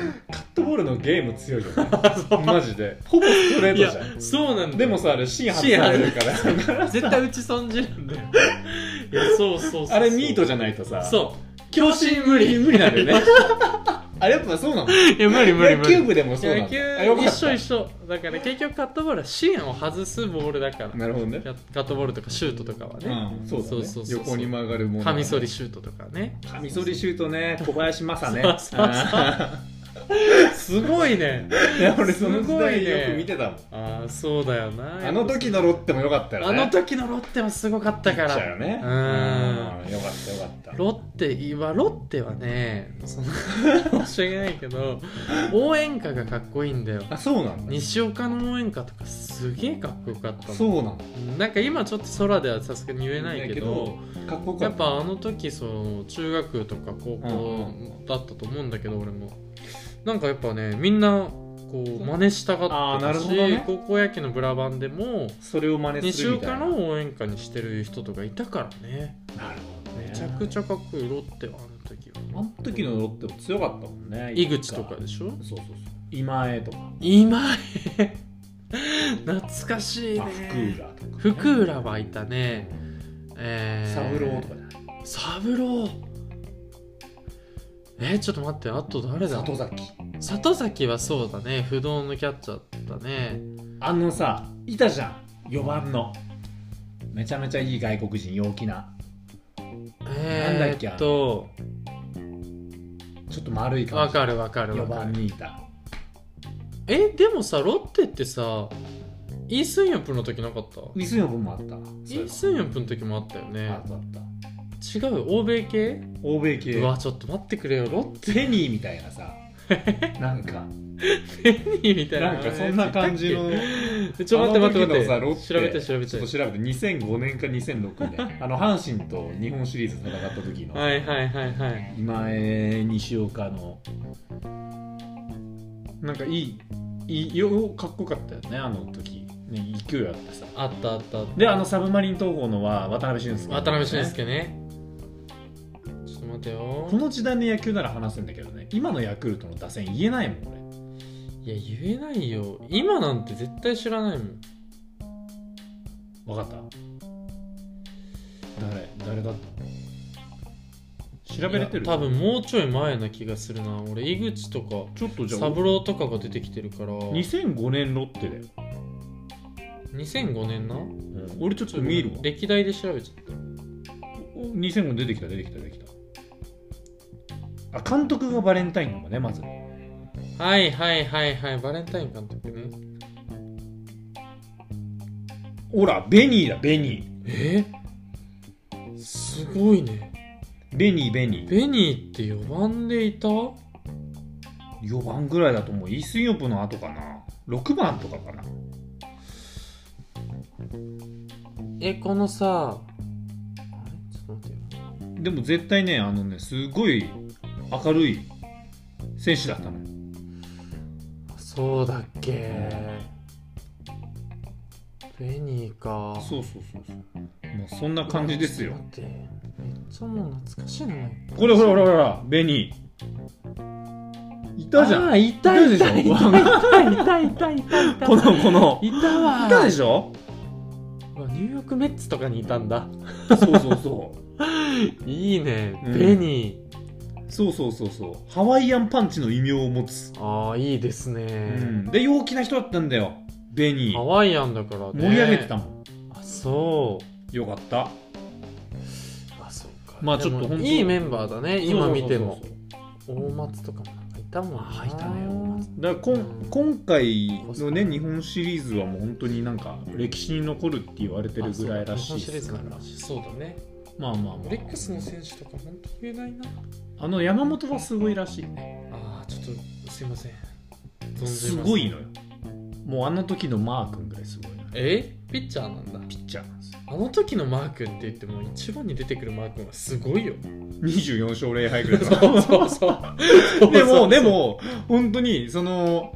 C: トボールのゲーム強いよね
A: そう
C: マジでほぼストレー
A: い
C: ト
A: や
C: じゃ
A: そうなんだ
C: ん
A: よ
C: でもさあれ芯外されるから
A: 絶対打ち損じるんだよいやそうそうそうそう
C: あれミートじゃないとさ
A: そう
C: 強振無理無理なん だよねあれやっぱそうなの
A: いや無理無理無
C: 野
A: 理
C: 球部でもそうなの
A: 野球
C: あよかった
A: 一緒一緒だから結局カットボールは芯を外すボールだから
C: なるほどね
A: カカットボールとかシュートとかはね、
C: うんそうだね
A: そうそうそう
C: 横に曲がるもの
A: カミソリシュートとかね
C: カミソリシュートね小林正ね
A: そうそうそう
C: あ
A: すごいね
C: ーいや俺その時代
A: すごいね
C: よく見てたもん
A: ああそうだよな
C: あの時のロッテもよかったよ
A: あ
C: ね
A: の時のロッテもすごかったから
C: ピッチャーよね
A: う
C: うんよかったよかった
A: ロッテ今ロッテはねその申し訳ないけど応援歌がかっこいいんだよ
C: あそうなんだ
A: 西岡の応援歌とかすげえかっこよかった
C: そううなんだ
A: なんか今ちょっと空ではさすがに言えないけど
C: かっこよか
A: や
C: っ
A: ったぱあの時その中学とか高校
C: うん
A: だったと思うんだけど俺もなんかやっぱねみんなこう真似したが
C: あ
A: っ
C: ー
A: て
C: な
A: た
C: るほ
A: し、
C: どね
A: 高校野球のブラバンでも
C: それを真似
A: 西
C: するみたい
A: 岡
C: な
A: の応援歌にしてる人とかいたからね
C: なるほどね
A: めちゃくちゃかっこいいロッテはあの時は
C: あの時のロッテも強かったもんね
A: 井口とかでしょ
C: そうそうそう今江とか、
A: 今井懐かしい
C: まあ、
A: ね
C: 福浦とか、ね、
A: 福浦はいたねえー、
C: サブローとかじゃない
A: サブローえーちょっと待ってあと誰だ
C: 里崎
A: 里崎はそうだね不動のキャッチャーだね
C: あのさいたじゃん4番のめちゃめちゃいい外国人陽気ななんだ
A: え
C: っけ
A: ー、っと
C: ちょっと丸い感
A: わ
C: じ
A: かるわかるわ
C: 4
A: か
C: 番
A: る
C: にいた
A: えでもさロッテってさイ・スンヨプの時なかった
C: ウィスヨブもあったそういえ
A: イ・
C: ば
A: スンヨプの時もあったよ
C: あ
A: ね
C: ったあった
A: 違う欧米系
C: 欧米系
A: うわちょっと待ってくれよロッ
C: フェニーみたい なさなんか
A: テみたいな
C: なんかそんな感じの
A: ちょっと待って待って
C: あの時のさロ
A: 待って
C: ッ
A: 調べ
C: テ
A: て調べ
C: ちょ
A: て
C: っと調べて2005年か2006 年あの阪神と日本シリーズ戦った時の、
A: はいはいはいはい
C: 今江西岡のなんかいいいいよかっこよかったよねあの時ね勢いあってさ
A: あったあったあった
C: であのサブマリン東郷のは渡辺俊介
A: 渡辺俊介ねちょっと待てよ
C: この時代の野球なら話せんだけどね今のヤクルトの打線言えないもん俺
A: いや言えないよ今なんて絶対知らないもん
C: 分かった誰誰だった調べれてる
A: いや多分もうちょい前な気がするな俺井口とか
C: ちょっとじゃあ
A: 三郎とかが出てきてるから
C: 2005年ロッテだよ、
A: 2005年な
C: 俺ちょっと見るわ
A: 歴代で調べちゃっ
C: 2005出てきた出てきた出てきたあ監督がバレンタインのもねまず
A: たはいはいはいはいバレンタイン監督ね
C: ほらベニーだベニ
A: えすごいね
C: ーベニーベニー
A: ベニーって4番でいた
C: 4番ぐらいだと思うイ・スンヨプの後かな6番とかかな
A: えこのさあれちょっと待ってよ
C: でも絶対ねあのねすごい明るい選手だったのよ
A: あそうだっけベニーか
C: そうそうそうそうもうそんな感じですよ
A: 待ってめっちゃもう懐かしいな
C: これほらほらほらベニーいたじゃん
A: あーいたいたいたい
C: い
A: たいたいたいたいた
C: このこの
A: いたわ
C: いたでしょ
A: うわニューヨークメッツとかにいたんだ
C: そうそうそう
A: いいね
C: うん
A: ベニ
C: そうそうそうそうハワイアンパンチの異名を持つ、
A: ー、ああいいです
C: う
A: ね、
C: ん、で陽気な人だったんだよベニ
A: ハ
C: ー
A: ワイアンだからね
C: 盛り上げてたもん
A: あそう
C: よかった
A: あそうか
C: まあちょっと
A: でも
C: 本当
A: いいメンバーだね今見ても
C: そうそうそう
A: 大松とかもなんかいたもんな
C: あいたね大松そうだからこん今回のね日本シリーズはもう本当になんか歴史に残るって言われてるぐらいらしいですから
A: あそうだね
C: まあまあま
A: オリックスの選手とか本当言えないな
C: ああの山本はすごいらしいね
A: ああちょっとすいません存じません
C: すごいのよもうあの時のマー君ぐらいすごいな
A: えピッチャーなんだ
C: ピッチャーなん ですよ
A: あの時のマー君って言っても一番に出てくるマー君はすごいよ
C: 24勝0敗ぐらいか
A: そう
C: な
A: そうそう
C: でも、で
A: で
C: も、本当に、その、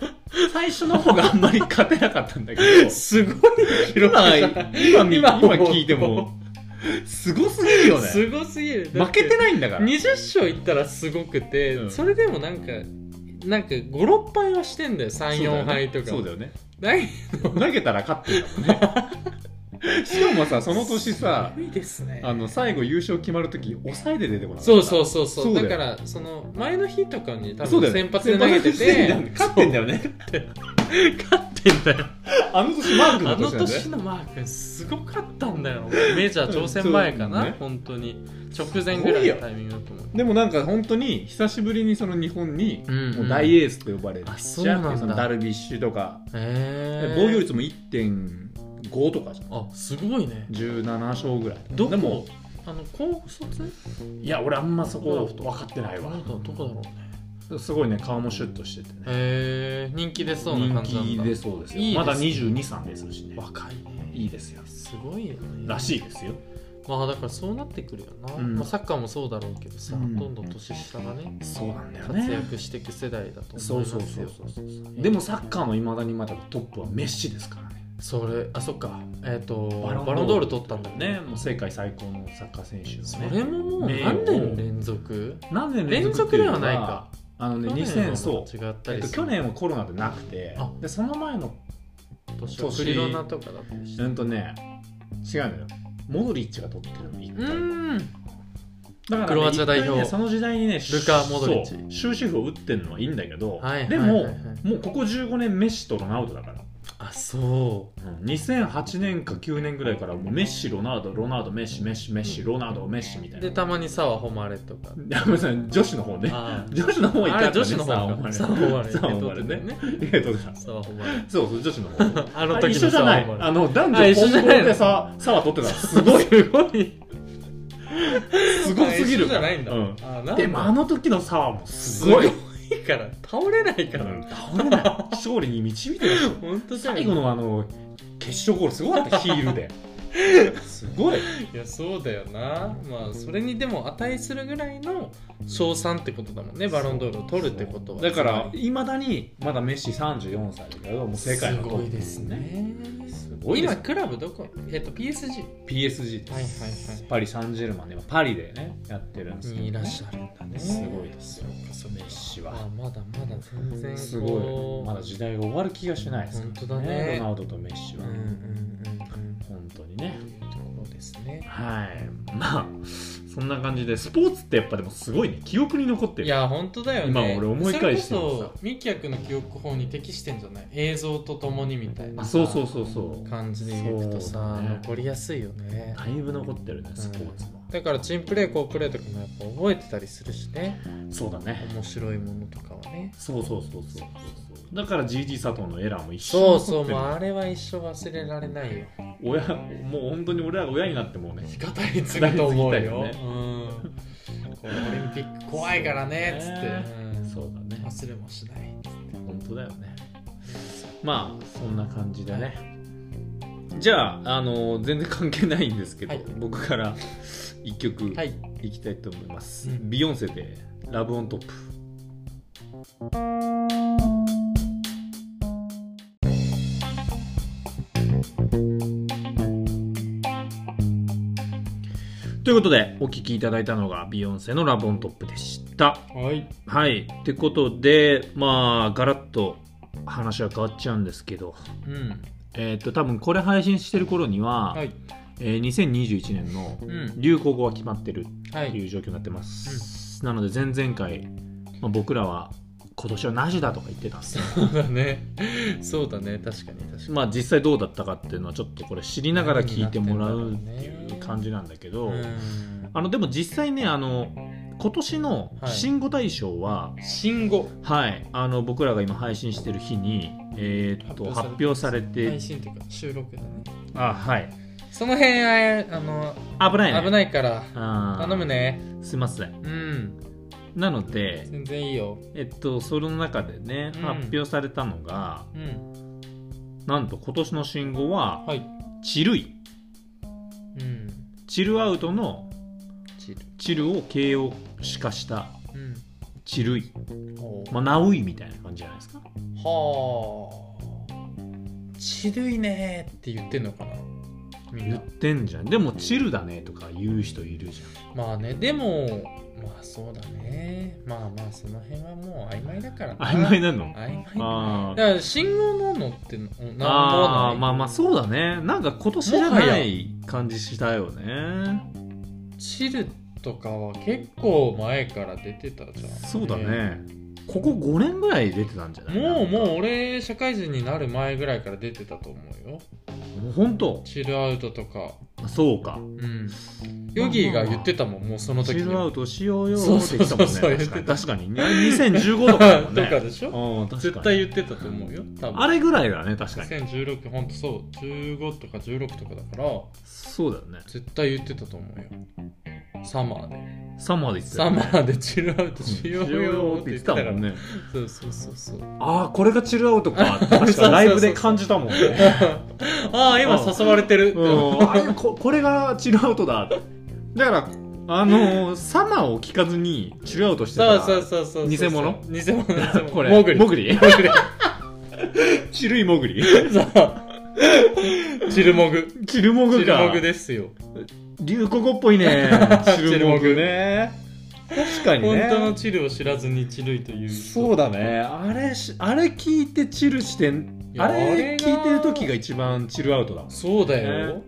C: 最初の方があんまり勝てなかったんだけど、
A: すごい広
C: 今、
A: い
C: 今見、
A: 今
C: 今
A: 思う
C: 聞いても、すごすぎるよね。
A: すごすぎるだっ
C: 負けてないんだから。
A: 20勝いったらすごくて、
C: うん
A: それでもなんかなんか56敗はしてんだよ34敗とか
C: そうだよね。
A: だい
C: そうだよね投げたら勝ってるんだもんね。しかもさ、その年さ
A: す、ごいですね
C: あの、最後優勝決まるとき、抑えで出てこなかった。
A: そうそうそうそう
C: そうだ
A: だ
C: よ
A: からその前の日とかに多
C: そう
A: 分
C: だよね
A: 先発で投げてて
C: 先発で投げてんだよね勝ってんだよね。
A: 勝ってんだよ
C: あの年マーク
A: あの
C: の年なんだよ
A: 年
C: ね。
A: のマー君すごかったんだよメジャー挑戦前か
C: そう
A: な、
C: ね
A: 本当に直前ぐらいのタイミングだと思う
C: でもなんか本当に久しぶりにその日本に
A: うんうん
C: もう大エースと呼ばれる
A: あそうなんだ
C: ピッチャーっていのダルビッシュとか
A: へえ
C: 防御率も1.5とかじゃん
A: あすごいね
C: 17勝ぐらい
A: どこ
C: でも
A: あの高卒
C: いや俺あんまそこ分かってない
A: あな
C: わ
A: たどこだろうね
C: すごいね顔もシュッとしててね
A: へえ人気出そうな
C: 人
A: 感じなんだ
C: 気出そうですよ
A: いいですね
C: まだ2 2歳ですしね
A: 若いね
C: いいですよ
A: すごいよね
C: らしいですよ
A: まあだからそうなってくるよな、
C: うん
A: まあ、サッカーもそうだろうけどさ、
C: うん
A: どんどん年下がね
C: そうなんだよ
A: 活
C: ね
A: 躍していく世代だと思いますよ
C: そうそうそうそうでもサッカーのいまだにまだトップはメッシですからね
A: それあそっかえっ、と
C: バ
A: バ
C: ロ
A: ロン
C: ンドール
A: ドール取ったんだよね
C: もう世界最高のサッカー選手のね
A: それももう
C: ね
A: 何年連続
C: 何年
A: 連続
C: ってう
A: で
C: の
A: は
C: が
A: ないか
C: あのね
A: 去年
C: 2000
A: は
C: そう
A: 違った
C: えっ
A: り
C: と、
A: する
C: 去年はコロナでなくて
A: あ
C: でその前の
A: 年はクリロナとかだったりして
C: うんとね違うのよモドリッチが取ってるの一
A: う
C: 回
A: ーん
C: だからね
A: クロアチア代表
C: 一回ねその時代にねル
A: カモドリッチ
C: 終止符を打ってるのはいいんだけど、
A: はい
C: でも、
A: はいはいはい
C: もうここ15年メッシとロナウドだから、
A: あそう
C: うん2008年か9年ぐらいからもうメッシロナウドロナウドメッシメッシメッシロナウドメッシみたいな
A: でたまに澤誉れとか
C: やごめんなさい女子の方ね
A: あー
C: 女子の方一
A: あ
C: 回
A: れ女子の方か
C: さ
A: 澤
C: あ
A: 誉れ
C: さあ
A: 受け取って
C: お
A: たよ
C: 前ね
A: ね
C: いやどうした
A: 澤誉
C: そうそう女子の方
A: れあの
C: あ
A: 時
C: 一緒
A: の
C: じゃない
A: 澤
C: あ
A: 誉
C: の男
A: あ
C: 女
A: 一緒じゃ
C: 混
A: ない
C: 合
A: の
C: でさ差は取ってたの
A: れ
C: すごい
A: すご い
C: すごすぎ
A: あ一
C: る
A: 緒じゃないんだ、
C: うん
A: あなん
C: でもあの時の差はもうす
A: す
C: ご
A: ご
C: い
A: いから倒れないから、
C: うん倒れない勝利に導いてるし
A: 本当じゃん
C: 最後のあの決勝ゴールすごかったヒール ですごい
A: いやそうだよなまあそれにでも値するぐらいの賞賛ってことだもんねバロンドールを取るってことは
C: だからいまだにまだメッシ34歳だけどもう世界の
A: す
C: トップ
A: ごいですね
C: すごいです
A: 今
C: ね
A: クラブどこえっと PSG
C: PSG です、
A: はいはい
C: パリ・サンジェルマンで今パリでねやってるんです
A: はい
C: けど、ね、
A: にいらっしゃるんだね
C: すごいですよ
A: そうか
C: メッシ
A: そうか
C: は
A: あまだまだ全然こう
C: すごいまだ時代が終わる気がしないですから
A: 本当だね
C: ロナウドとメッシ
A: うん
C: は、
A: うんうんうん
C: 本当にね
A: というところですね
C: はいまあそんな感じでスポーツってやっぱでもすごいね記憶に残ってる
A: いや本当だよね
C: 今俺思い返し
A: そ
C: てもさ
A: れこそミキヤ君の記憶法に適してんじゃない映像とともにみたいな
C: あ
A: さ
C: そうそうそうそう
A: 感じでいくと
C: そうだ
A: さ、
C: ね
A: 残りやすいよね
C: だいぶ残ってるねスポーツも、
A: だからチームプレーこうプレーとかもやっぱ覚えてたりするしね
C: そうだね
A: 面白いものとかはね
C: そうそうそうそうそうだから GG 佐藤のエラーも一緒
A: そうそう もう
C: も
A: あれは一生忘れられない よ
C: 親もう本当に俺らが親になってもうね
A: 語り継ぐと思うよ、
C: 語り継ぎたいよね
A: うんこれオリンピック怖いからねっつって、うん
C: そうだね
A: 忘れもしない
C: 本当だよねまあそんな感じでね、じゃあ、あの全然関係ないんですけど、
A: はい
C: 僕から一曲
A: はい
C: いきたいと思います、
A: うん
C: ビヨンセで「ラブオントップ」ということでお聴きいただいたのがビヨンセの「ラブオントップ」でした。
A: はい
C: はい。ってことで、まあ、ガラッと話は変わっちゃうんですけど、
A: うん
C: えっ、と、多分これ配信してる頃には、
A: はい
C: えー2021年の
A: うん
C: 流行語は決まってる
A: は
C: って
A: い
C: いう状況になってます。なので、前々回、まあ、僕らは今年はなしだとか言ってたんですよ。
A: そうだねそうだね確かに確かに
C: まあ、実際どうだったかっていうのは、ちょっとこれ知りながら聞いてもらうっていう感じなんだけど、
A: うん
C: あの、でも実際ね、あの、今年の新語大賞は、
A: 新語
C: はい、あの僕らが今配信してる日に、えーっと発
A: 発
C: 表されて、
A: 配信っていうか収録だね
C: あはい
A: その辺はあの
C: 危ないね
A: 危ないから
C: あー
A: 頼むね
C: すいません
A: うん
C: なので
A: 全然いいよ
C: えっとその中でね
A: うん
C: 発表されたのが、
A: うん
C: なんと今年の新語は
A: はい
C: 「チルイ
A: うん」
C: チルアウトの
A: チル
C: 「チル」を形容詞化した
A: うん
C: 「チルイ
A: お」ー
C: まあ「ナウイ」みたいな感じじゃないですか
A: はあちるいねーって言ってんのかなみんな
C: 言ってんじゃんでも「チルだね」とか言う人いるじ
A: まあねでもまあそうだねまあまあその辺はもう曖昧だから
C: ゃん曖昧
A: な
C: な
A: 曖
C: の
A: 昧だ
C: あー
A: から信号なのってのなんも
C: あ
A: ない
C: ーまあまあそうだねなんか今年じゃない感じしたよね
A: チルとかは結構前から出てたじゃん
C: そうだね、ここ5年ぐらい出てたんじゃない
A: もうも
C: う
A: う俺社会人になる前ぐらいから出てたと思うよ
C: もう本当
A: チルアウトとか
C: そうか
A: うんヨギーが言ってたもんもうその
C: チ
A: 時
C: ルアウトしようよ
A: そう
C: って
A: そうそ
C: 言ってた
A: う
C: もん
A: そう
C: ね
A: 言っ
C: 確か
A: て
C: に
A: た
C: 確かに2015とかだもん ね
A: とかでしょ
C: うん確かに
A: 絶対言ってたと思うよ多分
C: あれぐらいだね確かに
A: 2016ほんとそう15とか16とかだから
C: そうだよね
A: 絶対言ってたと思うよサマーで
C: サマーで言ってた
A: サ
C: よね
A: マーでチルアウトしようよ
C: うん
A: って言ってたから
C: ね
A: そうそうそうそう
C: ああこれがチルアウト かって確かライブで感じたもんね
A: ああ今誘われてる
C: うん、あれここれがチルアウトだだからあのーサマーを聞かずにチルアウトしてた
A: そ
C: ら
A: うそうそうそうそう
C: 偽物
A: 偽物偽物
C: これ
A: モグリ
C: モ グリ
A: モグリ
C: チルイモグリ
A: そうチルモグ
C: チルモ
A: チ
C: グ
A: ル
C: か
A: モグですよ
C: 流行語っぽいねチルモグね確かに
A: 本当の
C: ね
A: チルを知らずにチルイという
C: そうだねあれしあれ聞いてチルしてん
A: いや
C: あ
A: あ
C: れ
A: れが
C: 聞いてる時が一番チルアウトだ
A: そうだよ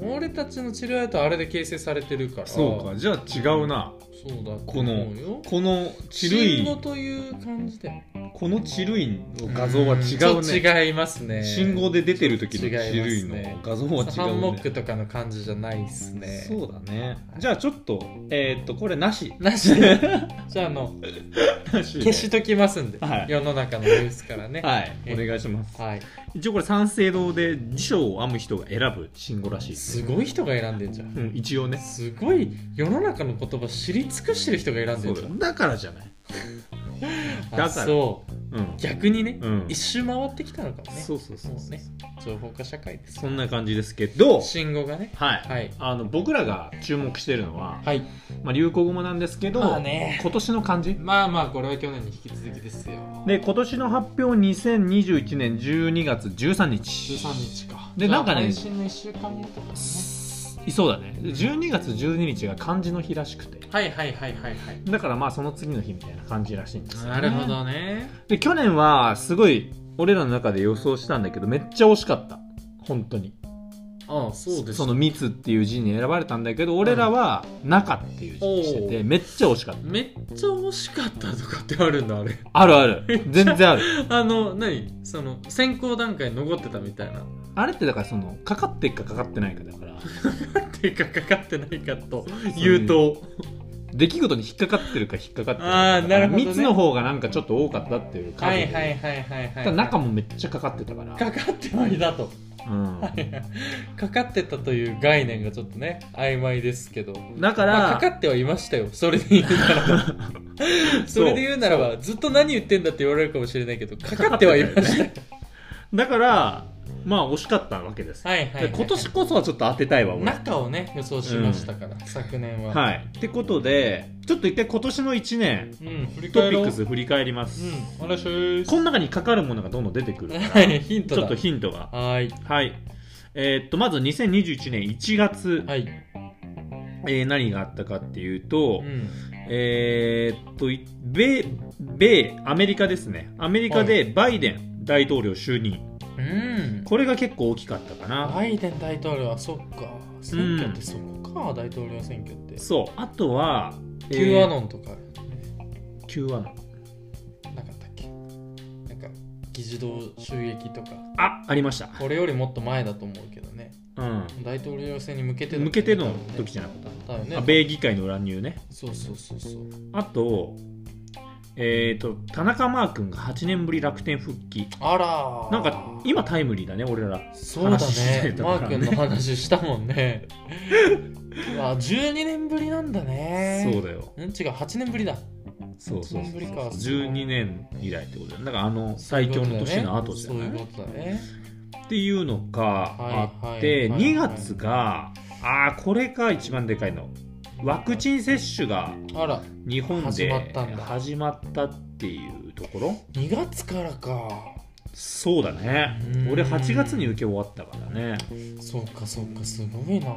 A: 俺たちのチルアウトはあれで形成されてるから
C: そうかじゃあ違うな
A: そうだ
C: この
A: 思うよ
C: このチル
A: 信号
C: イ
A: という感じだよ
C: このチルイの画像は違う
A: ん
C: ね
A: ちょっと違いますね
C: 信号で出てる時の
A: 違い
C: 種
A: ます
C: 類
A: ね
C: の画像は違う、ね、
A: ハンモックとかの感じじゃないっすね
C: そうだねじゃあちょっとえーっとこれなし
A: なしでじゃああ の
C: なしで
A: 消しときますんで、
C: はい
A: 世の中のニュースからね
C: はい
A: え
C: お願いします
A: はい、
C: 一応これ三省堂で辞書を編む人が選ぶ信号らしいです
A: すごい人が選んでんじゃん
C: うん一応ね
A: すごい世の中の言葉知り尽くしてる人が選んで
C: そ
A: ん
C: う
A: じゃ
C: だ
A: ん
C: だからじゃない
A: あ
C: だから
A: そう
C: うん
A: 逆にね、
C: うん
A: 一周回ってきたのかもね
C: そうそうそう
A: もうね情報化社会です
C: そんな感じですけどはい
A: 信号がねはい
C: あの僕らが注目してるのは、
A: はい
C: まあ、流行語もなんですけど、
A: まあね
C: 今年の漢字
A: まあまあこれは去年に引き続きですよ
C: で今年の発表2021年12月13日
A: 13日か
C: でなんかね
A: じゃあ配信の1週間後とかね
C: いそうだねで12月12日が漢字の日らしくて
A: はいはいはいはいはい
C: だからまあその次の日みたいな感じらしいんですよ、
A: な
C: ね、
A: るほどね
C: で去年はすごい俺らの中で予想したんだけどめっちゃ惜しかった本当に
A: ああそうです
C: その「密」っていう字に選ばれたんだけど俺らは「中」っていう字にしてて、
A: お
C: めっちゃ惜しかった
A: めっちゃ惜しかったとかってあるんだあれ
C: あるある全然ある
A: あの何その選考段階に残ってたみたいな
C: あれってだからそのかかってっかかかってないかだから
A: 手がかかってないかと 言うと
C: 出来事に引っかかってるか引っかかって
A: あーなるほどね
C: 密の方がなんかちょっと多かったっていう感
A: は
C: じ
A: いはいはいはいは
C: た
A: い
C: だ中もめっちゃかかってたから、
A: かかってはいだと
C: うん、
A: かかってたという概念がちょっとね曖昧ですけど
C: だから、
A: まあ、かかってはいましたよ それで言うならばそれで言うならばずっと何言ってんだって言われるかもしれないけどかかってはいましたよ
C: だからまあ惜しかったわけです、
A: はいはいはい、
C: で今年こそはちょっと当てたいわ俺
A: 中をね予想しましたから、昨年は、
C: はいってことでちょっと一回今年の1年
A: うん振り
C: ト
A: 返
C: ピ
A: ろ
C: ッ
A: う
C: クス振り返ります、
A: うんお願いします
C: この中にかかるものがどんどん出てくるか
A: は
C: ら
A: いヒント
C: ちょ
A: だ
C: っとヒントが
A: はい
C: はいえーっとまず2021年1月、
A: はい、
C: えー何があったかっていうと、
A: うん、
C: えーっとい米米アメリカですねアメリカでバイデン大統領就任、
A: うん
C: これが結構大きかったかな、
A: バイデン大統領はそっか選挙ってそこか、大統領選挙って
C: そうあとは
A: Q ア
C: ン
A: ノンとかあるよね
C: Q アノン
A: なかったっけなんか議事堂襲撃とか
C: あありました、
A: これよりもっと前だと思うけどね
C: うん、
A: 大統領選に向けて
C: 向けての時
A: じ
C: じゃなかった、
A: ゃだよね
C: あ米議会の乱入ね
A: そうそうそうそう
C: あとえっ、と田中マー君が8年ぶり楽天復帰
A: あらー
C: なんか今タイムリーだね俺ら
A: そうだ
C: 話して
A: ね
C: たか
A: マ
C: らね
A: ー君の話したもん ねうわ12年ぶりなんだね
C: そうだよ
A: うん違う8年ぶりだ
C: そうそうそう
A: 8年ぶりか
C: 12年以来ってことだよだからあの最強の年の後じゃ
A: そう
C: ない
A: いうことだね
C: っていうのがあって、
A: はいはいはい
C: 2月があーこれか一番でかいのワクチン接種が
A: あら
C: 日本
A: 始
C: で
A: まったんだ
C: 始まったっていうところ
A: 2月からか
C: そうだね
A: うん
C: 俺8月に受け終わったからね
A: そうかそうかすごいな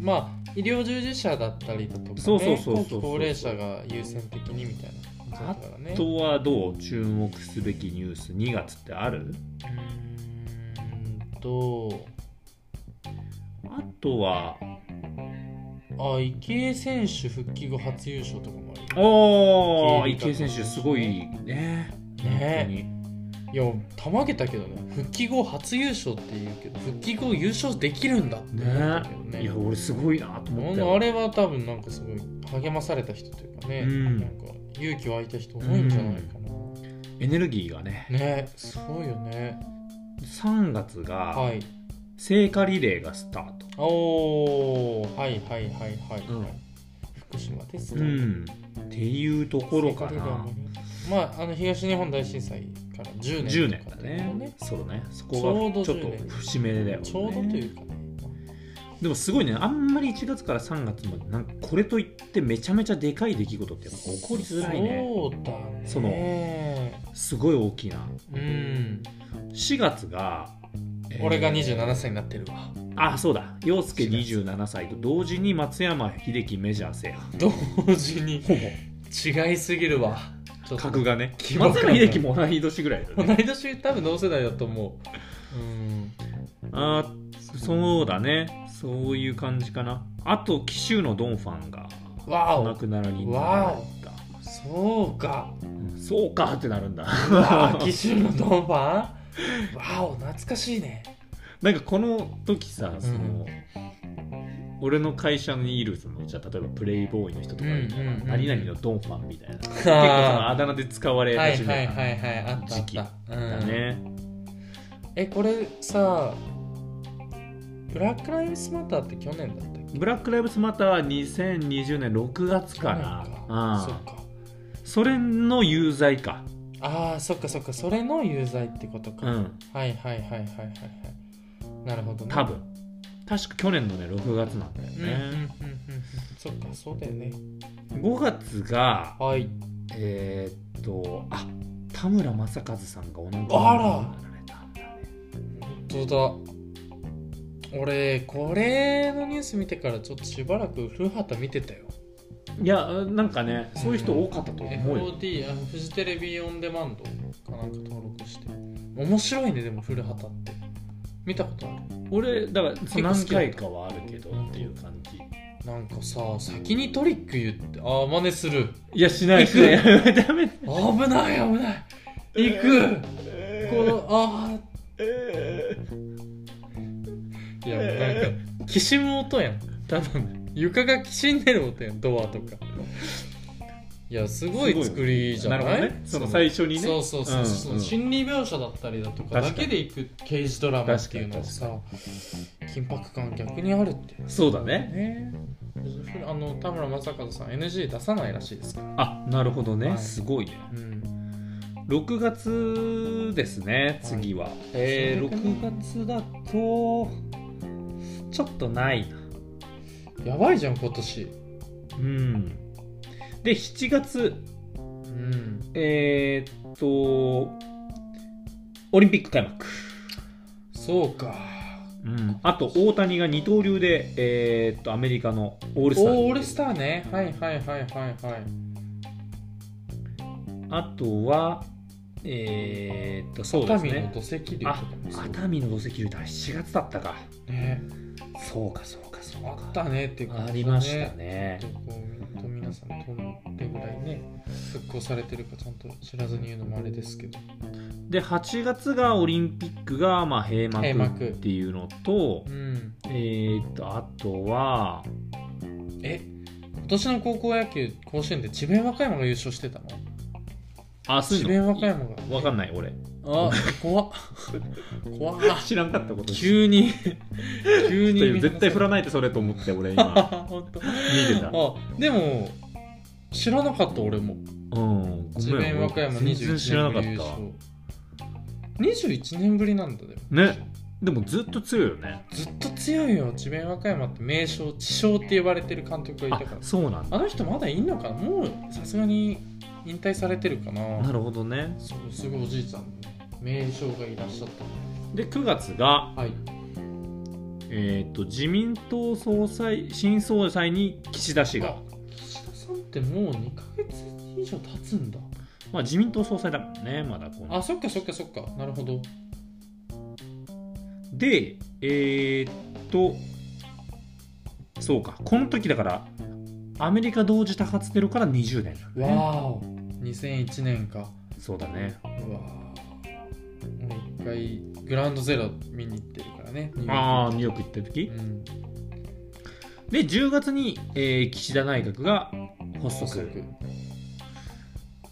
A: まあ医療従事者だったりだとか、ね、
C: そうそうそうそう
A: 後期高齢者が優先的にみたいな感じだからね
C: あとはどう注目すべきニュース2月ってある
A: うーんと
C: あとは
A: あ池江選手復帰後初優勝とかもあるよ
C: おー
A: 池
C: 池
A: 江
C: 江
A: 選
C: 選
A: 手
C: 手すごいね
A: ねいやたまげたけどね復帰後初優勝って言うけど復帰後優勝できるんだって
C: 本当に
A: 思ったけど
C: ね
A: ね
C: いや俺すごいなと思
A: ほ
C: っ
A: ん
C: た
A: の
C: よ
A: あれは多分なんかすごい励まされた人というかね、
C: うん
A: なんか勇気湧いた人多いんじゃないかな、
C: エネルギーがね
A: ねすごいよね
C: 3月が
A: はい
C: 聖火リレーがスタート
A: おーはいはいはいはい、はい
C: うん
A: 福島です
C: う
A: ね、
C: んっていうところか
A: 聖火リレー
C: な
A: もねまああの東日本大震災から10年
C: 10年
A: とかっ
C: だ
A: てこと
C: ねそうだねそこが
A: ち
C: ち
A: ょ
C: ょ
A: う
C: っ
A: ど10
C: と
A: 年
C: 節目だよね
A: ちょうどというかね
C: でもすごいねあんまり1月から3月までなんかこれといってめちゃめちゃでかい出来事ってやっぱ起こりづらいね
A: そうだね
C: そのすごい大きな
A: うん
C: 4月が、えー
A: 俺が27歳になってるわ
C: あそうだ陽介27歳と同時に松山英樹メジャー制覇
A: 同時に
C: ほぼ
A: 違いすぎるわちょっと
C: 格がね
A: 規模
C: 松
A: 感が
C: 山英樹も同い年ぐらいだよ
A: 同
C: ね
A: い年多分同世代だと思ううん
C: あーそうだねそういう感じかなあと紀州のドンファンが
A: わ
C: お亡
A: お
C: くなりにな
A: わ
C: った
A: そう か
C: うんそうかってなるんだ
A: わあ紀州のドンファンわお懐かしいね
C: なんかこの時さその、俺の会社にいるそのじゃあ例えばプレイボーイの人とかいるのかな、
A: うんうんうん
C: 何々のドンファンみたいな結構その
A: は
C: あだ名で使わ
A: い
C: れ
A: はい
C: 始
A: はい
C: めたん
A: はいはいあったあっ
C: 時期だ
A: た、うん
C: だね、
A: えこれさブラック・ライブスマターって去年だったっけ
C: ブラック・ライブズ・マターは2020年6月かな
A: 去年
C: あ
A: そっ
C: あ
A: か
C: それの有罪か
A: あーそっかそっかそれの有罪ってことか、
C: うん
A: はいはいはいはいはいはいなるほどね
C: 多分確か去年のね6月なんだよ
A: うんうんうんうんう
C: ね、
A: んそっかそうだよね
C: 5月が
A: はい
C: えーっとあ田村正和さんがお亡くなりになられたんだね
A: 本当だ俺これのニュース見てからちょっとしばらく古畑見てたよ
C: いやなんかねそういう人多かったと思うよ、
A: FOD あのフジテレビオンデマンドかなんか登録して面白いねでも古畑って見たことある
C: 俺だからその
A: 結構好きだった
C: 何回かはあるけどっていう感じ
A: なんかさ先にトリック言ってああ真似す る
C: いやしないい
A: し
C: し
A: な
C: ないい ダメ
A: 危ない危ない行くこのああいやもうなんかきしむ音やん多分床がきしんでる音やんドアとかいやすごい作りじゃない
C: なるほどねその最初にね
A: そうそうそうそう、
C: うんうん
A: 心理描写だったりだとか
C: 確
A: だ
C: かに
A: けでいく刑事ドラマっていうのはさ緊迫感逆にあるって
C: そうだ
A: ね
C: ね
A: あの田村正和さん NG 出さないらしいですから
C: あなるほどね、
A: はい
C: すごいね
A: うん
C: 6月ですね次は、えー、6月だとちょっとないな
A: やばいじゃん今年
C: うんで7月
A: うん
C: えー、っとオリンピック開幕、
A: そうか
C: うん、あと大谷が二刀流で、えー、っとアメリカのオールスターに
A: オールスターねはいはいはいはいはい
C: あとはえー、っとそうです
A: 熱海の
C: ね
A: 土石流とか
C: あ
A: もそう
C: 熱海の土石流だ7月だったか
A: ね
C: そうかそうかそう
A: あっ
C: か
A: たねっていうことだ
C: あ
A: ね
C: りましたね
A: ちょっとこうと皆さんどれぐらいね復興されてるかちゃんと知らずに言うのもあれですけど
C: で8月がオリンピックがまあ閉
A: 閉幕
C: 幕っていうのと
A: うん
C: えーっとあとは
A: え今年の高校野球甲子園で智弁和歌山が優勝してたの
C: あそう
A: 智
C: い
A: 弁
C: うの
A: 和歌山が
C: わかんない俺
A: あ怖っ怖っ
C: 知らんかったこと急
A: 急に急に
C: に絶対振らないでそれと思って俺今
A: 本当
C: 見てた
A: あでも知らなかった俺も
C: うんご
A: 智
C: め
A: 弁
C: ん
A: 和歌山
C: 俺全然知ら
A: 21
C: なか
A: 年ぶ
C: っ
A: り優
C: た
A: 勝
C: わ
A: 21年ぶりなんだよ
C: ねでもずっと強いよね
A: ずっと強いよ智弁和歌山って名称地称って呼ばれてる監督がい
C: あ
A: たから
C: そうなんだ
A: あの人まだいんのかなもうさすがに引退されてるかな
C: なるほどね
A: そうすごいおじいちゃん名称がいらっしゃった
C: で9月が、
A: はい
C: えー、と自民党総裁新総裁に岸田氏が、
A: 岸田さんってもう2ヶ月以上経つんだ
C: まあ、自民党総裁だもんねまだこの
A: あそっかそっかそっかなるほど
C: でえー、っとそうかこの時だからアメリカ同時多発テロから20年だね
A: わお2001年か
C: そうだね
A: うわーもう一回グラウンドゼロ見に行ってるからね
C: ああニュー
A: ー
C: ヨーク行った時
A: ヨークうん
C: で10月に、えー岸田内閣が発足っ
A: は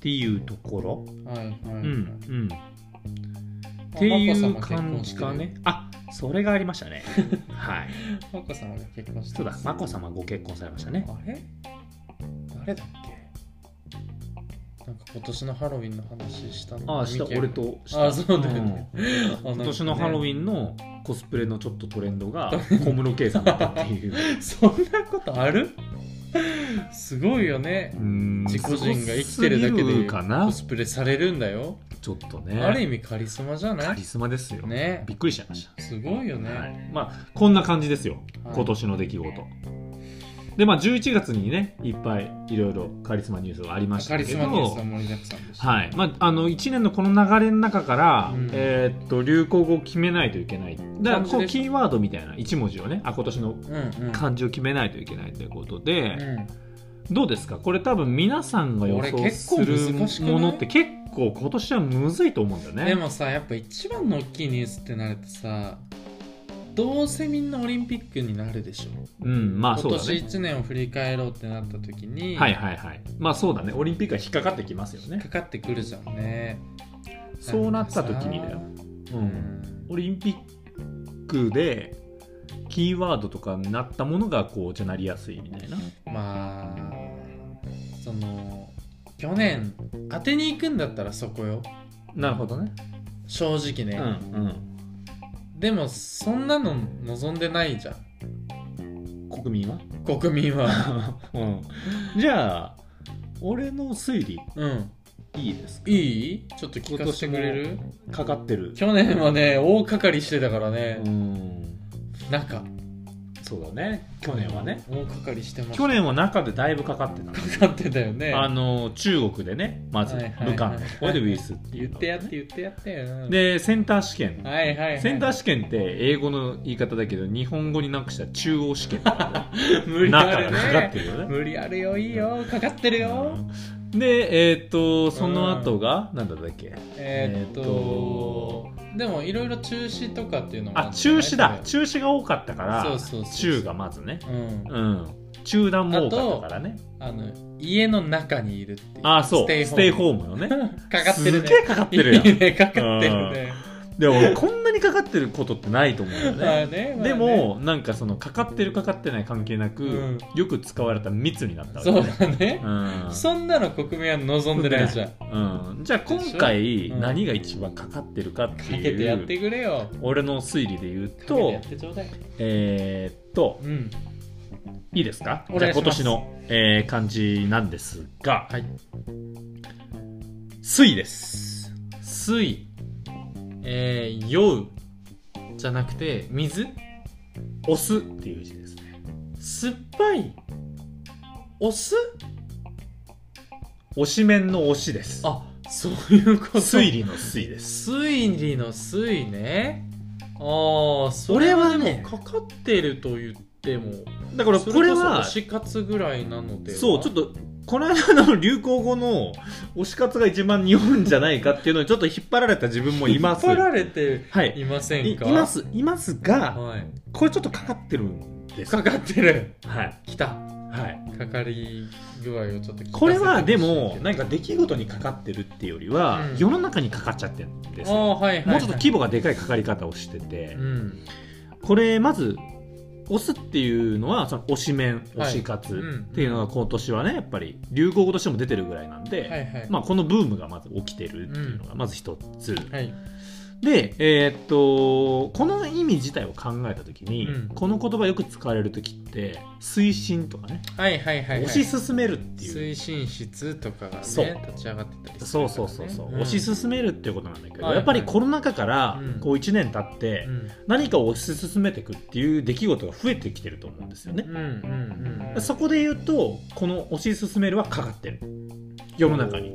C: ていうところ
A: いはい、は
C: う
A: い
C: んうんっ
A: って
C: いう感じかねあそれがありましたねはい
A: 眞子さまが結婚して
C: そう
A: る
C: だ眞子さまご結婚されましたね
A: あれ誰だっけなんか今年のハロウィンの話したの
C: ああした
A: ミキヤ
C: 俺とした
A: あそうだよね、あなんかね
C: 今年のハロウィンのコスプレのちょっとトレンドが小室圭さんだったって いう
A: そんなことあるすごいよね自
C: 自
A: 己人が生きてるだけで
C: か
A: コ
C: な
A: スプレされるんだよ、
C: ちょっとね
A: ある意味カリスマじゃな
C: カ
A: い
C: リスマですよ
A: ね
C: びっくりしちゃいました
A: すごいよね、
C: はい、まあこんな感じですよ、
A: はい
C: 今年の出来事でまあ11月にねいっぱいいろいろカリスマニュースがありまし
A: カ
C: たけ
A: リス
C: ど
A: マニュースは盛りだくさんでした、
C: はいまあ、あの1年のこの流れの中から、
A: うん
C: えーっと流行語を決めないといけないだから
A: 感じ
C: こう
A: でした
C: キーワードみたいな1文字をねあ今年の
A: うんうん
C: 漢字を決めないといけないということで、
A: うん
C: どうですかこれ多分皆さんが予
A: これ
C: 想
A: 結
C: す
A: 構
C: る
A: 難しくない
C: ものって結構今年はむずいと思うんだよね
A: でもさやっぱ一番の大きいニュースってなるとさどうせみんなオリンピックになるでしょ
C: うんまあ
A: 今
C: そうだ
A: 年
C: ね
A: 1年を振り返ろうってなった時に、
C: はいはいはいまあそうだねオリンピックが引っかかってきますよね
A: かかってくるじゃんね
C: そうなった時にだよ、う、
A: うんん、
C: オリンピックでキーワードとかになったものがこうじゃなりやすいみたいな
A: まあその去年当てに行くんだったらそこよ
C: なるほどね
A: 正直
C: う
A: ね、
C: んうん
A: でもそんなの望んでないじゃん
C: 国民は、
A: 国民は
C: うん、じゃあ俺の推理
A: うん
C: いいですか
A: いいちょっと聞かせてくれる
C: かかってる
A: 去年はね大掛かりしてたからね、
C: うん
A: なんか
C: そうだね去年はね
A: 大掛かりしてます
C: 去年は中でだいぶかかってた
A: かかってたよね
C: あの中国でねまず
A: はいはいはい
C: 武漢これでウイルスってい
A: 言
C: う
A: っ
C: の
A: てやって言ってやってよ
C: でセンター試験
A: はいはい、はい、
C: センター試験って英語の言い方だけど日本語になくしたら中央 試験
A: 無理
C: 中
A: あ
C: が
A: る
C: かか
A: ね
C: ってるよね
A: 無理あるよいいよかかってるよ、
C: うんでえーっとその後が何だったっけ
A: えーっとでもいろいろ中止とかっていうのも
C: あ
A: ったね
C: 中止だ中止が多かったから
A: そうそうそう
C: 中がまずね
A: うん
C: うん中断も多かったからね
A: あの家の中にいるっていう
C: あそうステイ
A: ー
C: ホームの
A: ム
C: ね
A: かかってるね
C: すげえかかってるやん
A: いいねかかってるね
C: でも俺こんなにかかってることってないと思うんだよね
A: まあねまあね
C: でもなんかそのかかってるかかってない関係なく、
A: うん
C: よく使われた密になったわけ
A: そう
C: ね
A: だね
C: うん
A: そんなの国民は望んでないじゃんか
C: うん、じゃあ今回
A: うん
C: 何が一番かかってるかって
A: けて
C: い
A: や
C: う、
A: ってくれよ
C: 俺の推理で言う
A: かけてや
C: と
A: ってちょうだい
C: えーっと
A: うん
C: いいですか
A: お
C: じ
A: 願
C: ゃあ
A: いし
C: 今
A: ます
C: 年の、えー漢字なんですが
A: はい
C: 「水」です「水
A: えー、酔うじゃなくて水」
C: 「押す」っていう字ですね
A: 酸っぱいお酢
C: 「押し面の押し」です
A: あそういうこと
C: 推理の「水」です
A: 推理の推ねああそ
C: 俺
A: れ
C: は
A: は
C: ね
A: でもかかってると言っても
C: だから
A: そ
C: これ
A: そ
C: は
A: 推し活ぐらいなのでは
C: そうちょっとこの間の流行語の推し活が一番日本じゃないかっていうのにちょっと引っ張られた自分もいます
A: 引っ張られて
C: はい
A: いませ
C: い
A: ん
C: い
A: か
C: ますいますが
A: は
C: これちょっとかかってるんで
A: い、
C: す
A: かかってる
C: はい
A: きた
C: はい
A: かかり具合をちょっと聞かせてほしいけど
C: これはでもなんか出来事にかかってるっていうよりは、
A: うん
C: 世の中にかかっちゃってるんです
A: あ
C: よ
A: あはいはい、はい、
C: もうちょっと規模がでかいかかり方をしてて、
A: うん
C: これまず押すっていうのはその推し面推し活
A: うん
C: っていうのが今年はねやっぱり流行語としても出てるぐらいなんで、
A: はいはい
C: まあ、このブームがまず起きてるっていうのがまず一つ、
A: はい
C: で、えーっとこの意味自体を考えた時に、
A: うん
C: この言葉よく使われる時って推進とかね、
A: はいはいはい、はい、
C: 推し進めるっていう
A: 推進室とかがね
C: そう
A: 立ち上がってたりす
C: そ
A: るからね
C: うそうそうそう、
A: ん
C: 推し進めるっていうことなんだけど、
A: はいはい
C: やっぱりコロナ禍から
A: うん
C: こう1年経って、何かを推し進めていくっていう出来事が増えてきてると思うんですよね
A: う、んうんうんうん
C: そこで言うとこの推し進めるはかかってる世の中に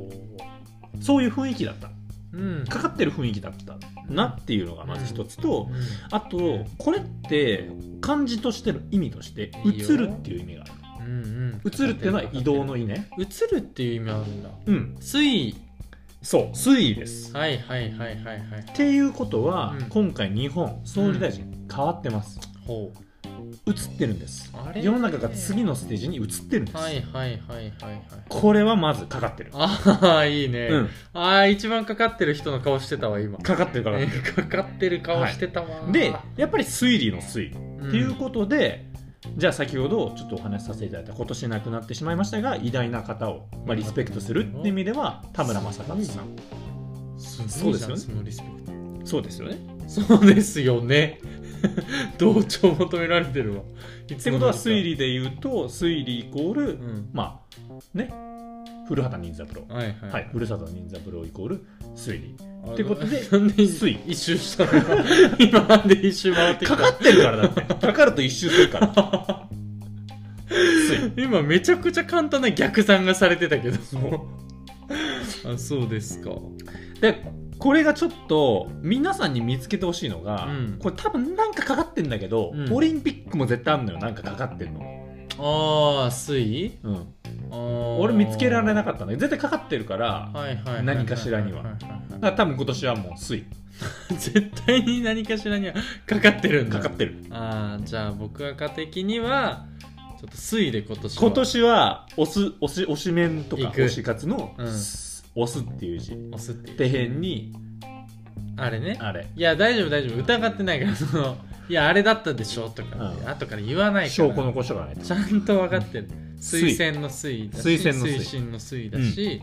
C: そういう雰囲気だった
A: うん
C: かかってる雰囲気だったなっていうのがまず一つと、
A: うん
C: あとこれって漢字としての意味として「
A: いい
C: 移
A: よ
C: る」っていう意味がある
A: うんうん
C: 移るっていうのは移動の意ね
A: 移るっていう意味あるんだ
C: うん
A: 水
C: そう推移です
A: はいはいはいはいはい
C: っていうことは、
A: うん
C: 今回日本総理大臣変わってます、
A: ほ
C: 移ってるんです
A: うあれ
C: 世の中が次のステージに移ってるんです、
A: はいはいはいはいはい
C: これはまずかかってる
A: ああいいね、
C: うん
A: ああ一番かかってる人の顔してたわ今
C: かかってるから、
A: えーかかってる顔してたわ、
C: でやっぱり推理の推
A: っ
C: っていうことで、じゃあ先ほどちょっとお話しさせていただいた今年亡くなってしまいましたが偉大な方を、まあ、リスペクトするって意味では田村正和さん
A: そうです
C: そう
A: よ
C: で
A: ね
C: す
A: そのリスペクト
C: そうですよね
A: そうですよね同調求められてるわい
C: っ
A: つ
C: て
A: の
C: こ
A: 間に
C: と
A: か
C: は推理で言うと推理イコール、
A: うん
C: まあね古畑任三郎
A: はいはい、
C: はい、ふるさと任三郎イコール推理
A: あ
C: ってことで
A: なんで
C: 水
A: 一周したの今なんで一周回ってき
C: か
A: た
C: かってるからだって かかると一周するから 推理
A: 今めちゃくちゃ簡単な逆算がされてたけどあそうですか
C: でこれがちょっと皆さんに見つけてほしいのが、
A: うん
C: これ多分なんかかかってんだけど、
A: うん
C: オリンピックも絶対あんのよなんかかかってんの、
A: ああ水
C: うん、
A: あ
C: 俺見つけられなか
A: っ
C: ったんだけど絶対かかってるから
A: たはいはいはいはい
C: 何かしらにはい
A: い
C: だ
A: い
C: から多分今年はもう推
A: 絶対に何かしらにはかかってるん
C: 理
A: だ
C: かかってる
A: ああじゃあ僕赤的にはちょっと水で今年は
C: 今年は推す推し推しメンとか
A: 行く
C: 推し活の、
A: うん
C: 推すっていう字
A: 押すっていう
C: 底辺に
A: あれね
C: あれ
A: いや大丈夫大丈夫疑ってないからそのいやあれだったでしょとか、
C: うん
A: 後から言わないから
C: 証拠残しとかないと
A: ちゃんと分かってる推薦の推だし
C: 推薦の推
A: 推進の推だし、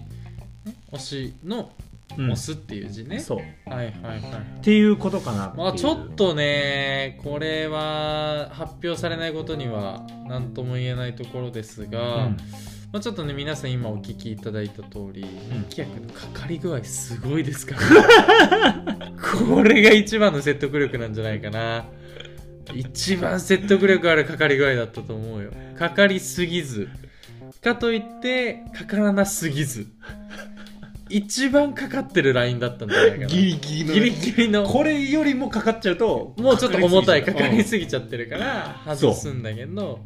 A: ね推しの
C: うん
A: 押すっていう字ね、
C: そうっ
A: はいはいはい
C: ていうことかなっていう
A: まあちょっとねこれは発表されないことには何とも言えないところです
C: う
A: が、
C: ん
A: まあ、ちょっとね皆さん今お聞きいただいた通り
C: ん
A: 木役のかかり具合すごいですから これが一番の説得力なんじゃないかな一番説得力あるかかり具合だったと思うよかかりすぎずかといってかからなすぎず一番かかってるラインだったんじゃないかな
C: ギリギリの
A: ギリギリの
C: これよりもかかっちゃうと
A: もうちょっと重たいかかり
C: す
A: すぎちゃってるから
C: そう
A: 外すんだけど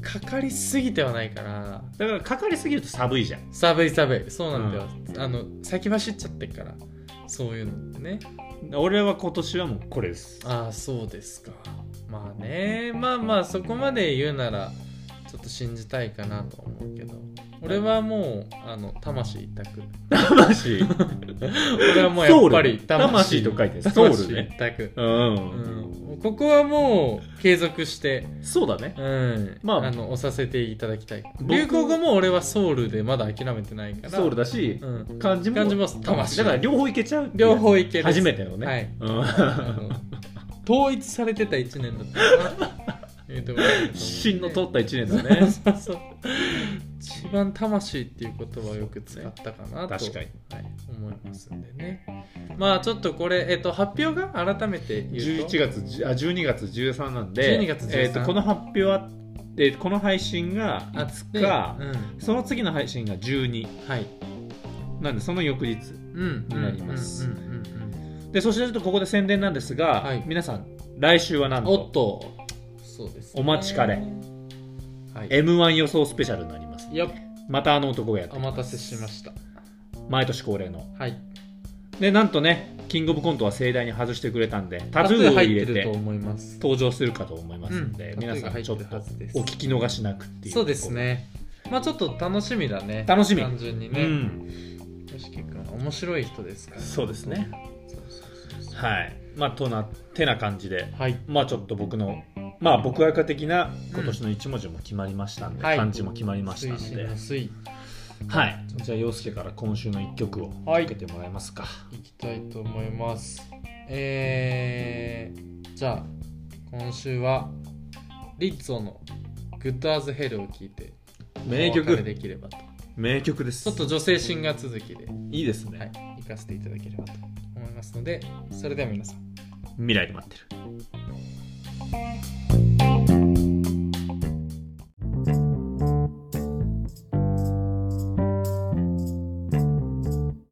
A: かかりすぎてはないから
C: ぎだからかかりすぎると寒いじゃん
A: 寒い寒いそうなんだよ、あの先走っちゃってっからそういうのってね
C: 俺は今年はもうこれです
A: ああそうですかまあねまあまあそこまで言うならちょっと信じたいかなとは思うけど俺はもうあの魂一択
C: 魂
A: 俺はもうやっぱり
C: ソウル魂と書いてソウル
A: 魂
C: ね
A: 一択、
C: う、
A: うんん、ここはもう継続して、
C: そうだね
A: うん
C: まあ
A: あの押させていただきたい
C: 僕
A: 流行語も俺はソウルでまだ諦めてないから
C: ソウルだし、
A: うん、
C: 漢字も
A: 漢字も魂
C: だから両方いけちゃうっていう
A: 両方いける
C: 初めてのね、
A: はい あ
C: うん
A: の統一されてた1年だったかな。えーと
C: 芯の通った1
A: そう
C: 年だね
A: そうそう一番魂っていう言葉をよく使ったかなと、
C: 確かに
A: はい、思いますんでねまあちょっとこれ、えっと発表が改めて言う
C: 11
A: と
C: 月あ12月13なんで
A: 12月13
C: えー、とこの発表は、えーこの配信が
A: あつ
C: 5日、
A: うん、
C: その次の配信が12
A: はい
C: なんでその翌日
A: うん
C: になります
A: うんうんうん
C: でそしてちょっとここで宣伝なんですが、
A: はい
C: 皆さん来週はなん
A: うんおっ
C: と
A: とそうですね、
C: お待ちかね
A: はい
C: m 1予想スペシャルになります
A: よっ
C: またあの男がやっ
A: お
C: てきます
A: 待たせしました
C: 毎年恒例の
A: はい
C: でなんとねキングオブコントは盛大に外してくれたんでタトゥーを入
A: 入
C: れ
A: ってると
C: て
A: 思います
C: 登場するかと思いますんで、
A: うん
C: 皆さ
A: タト
C: ん
A: ゥ
C: ちょ
A: ー
C: っと
A: が入ってるはずです
C: お聞き逃しなくっていう
A: そうですねまあちょっと楽しみだね
C: 楽しみ
A: 単純に
C: う
A: ね、
C: ん
A: 吉木君は面白い人ですから
C: そうですね
A: そうそうそうそう
C: はいまあとなてな感じで
A: はい
C: まあちょっと僕のまあ僕赤的な今年の一文字も決まりましたんで、
A: うんはい
C: 漢字も決まりました
A: 推
C: ん
A: 進
C: で、
A: の推
C: はいじゃあ陽介から今週の一曲をかけてもらえますか、
A: いきたいと思いますえー、じゃあ今週はリッツォの「グッド・アズ・ヘル」を聞いて
C: 名
A: お別れ
C: 曲
A: できればと
C: 名曲です
A: ちょっと女性シンガー続きで、
C: いいですね、
A: はい、行かせていただければと思いますのでそれでは皆さん
C: 未来で待ってる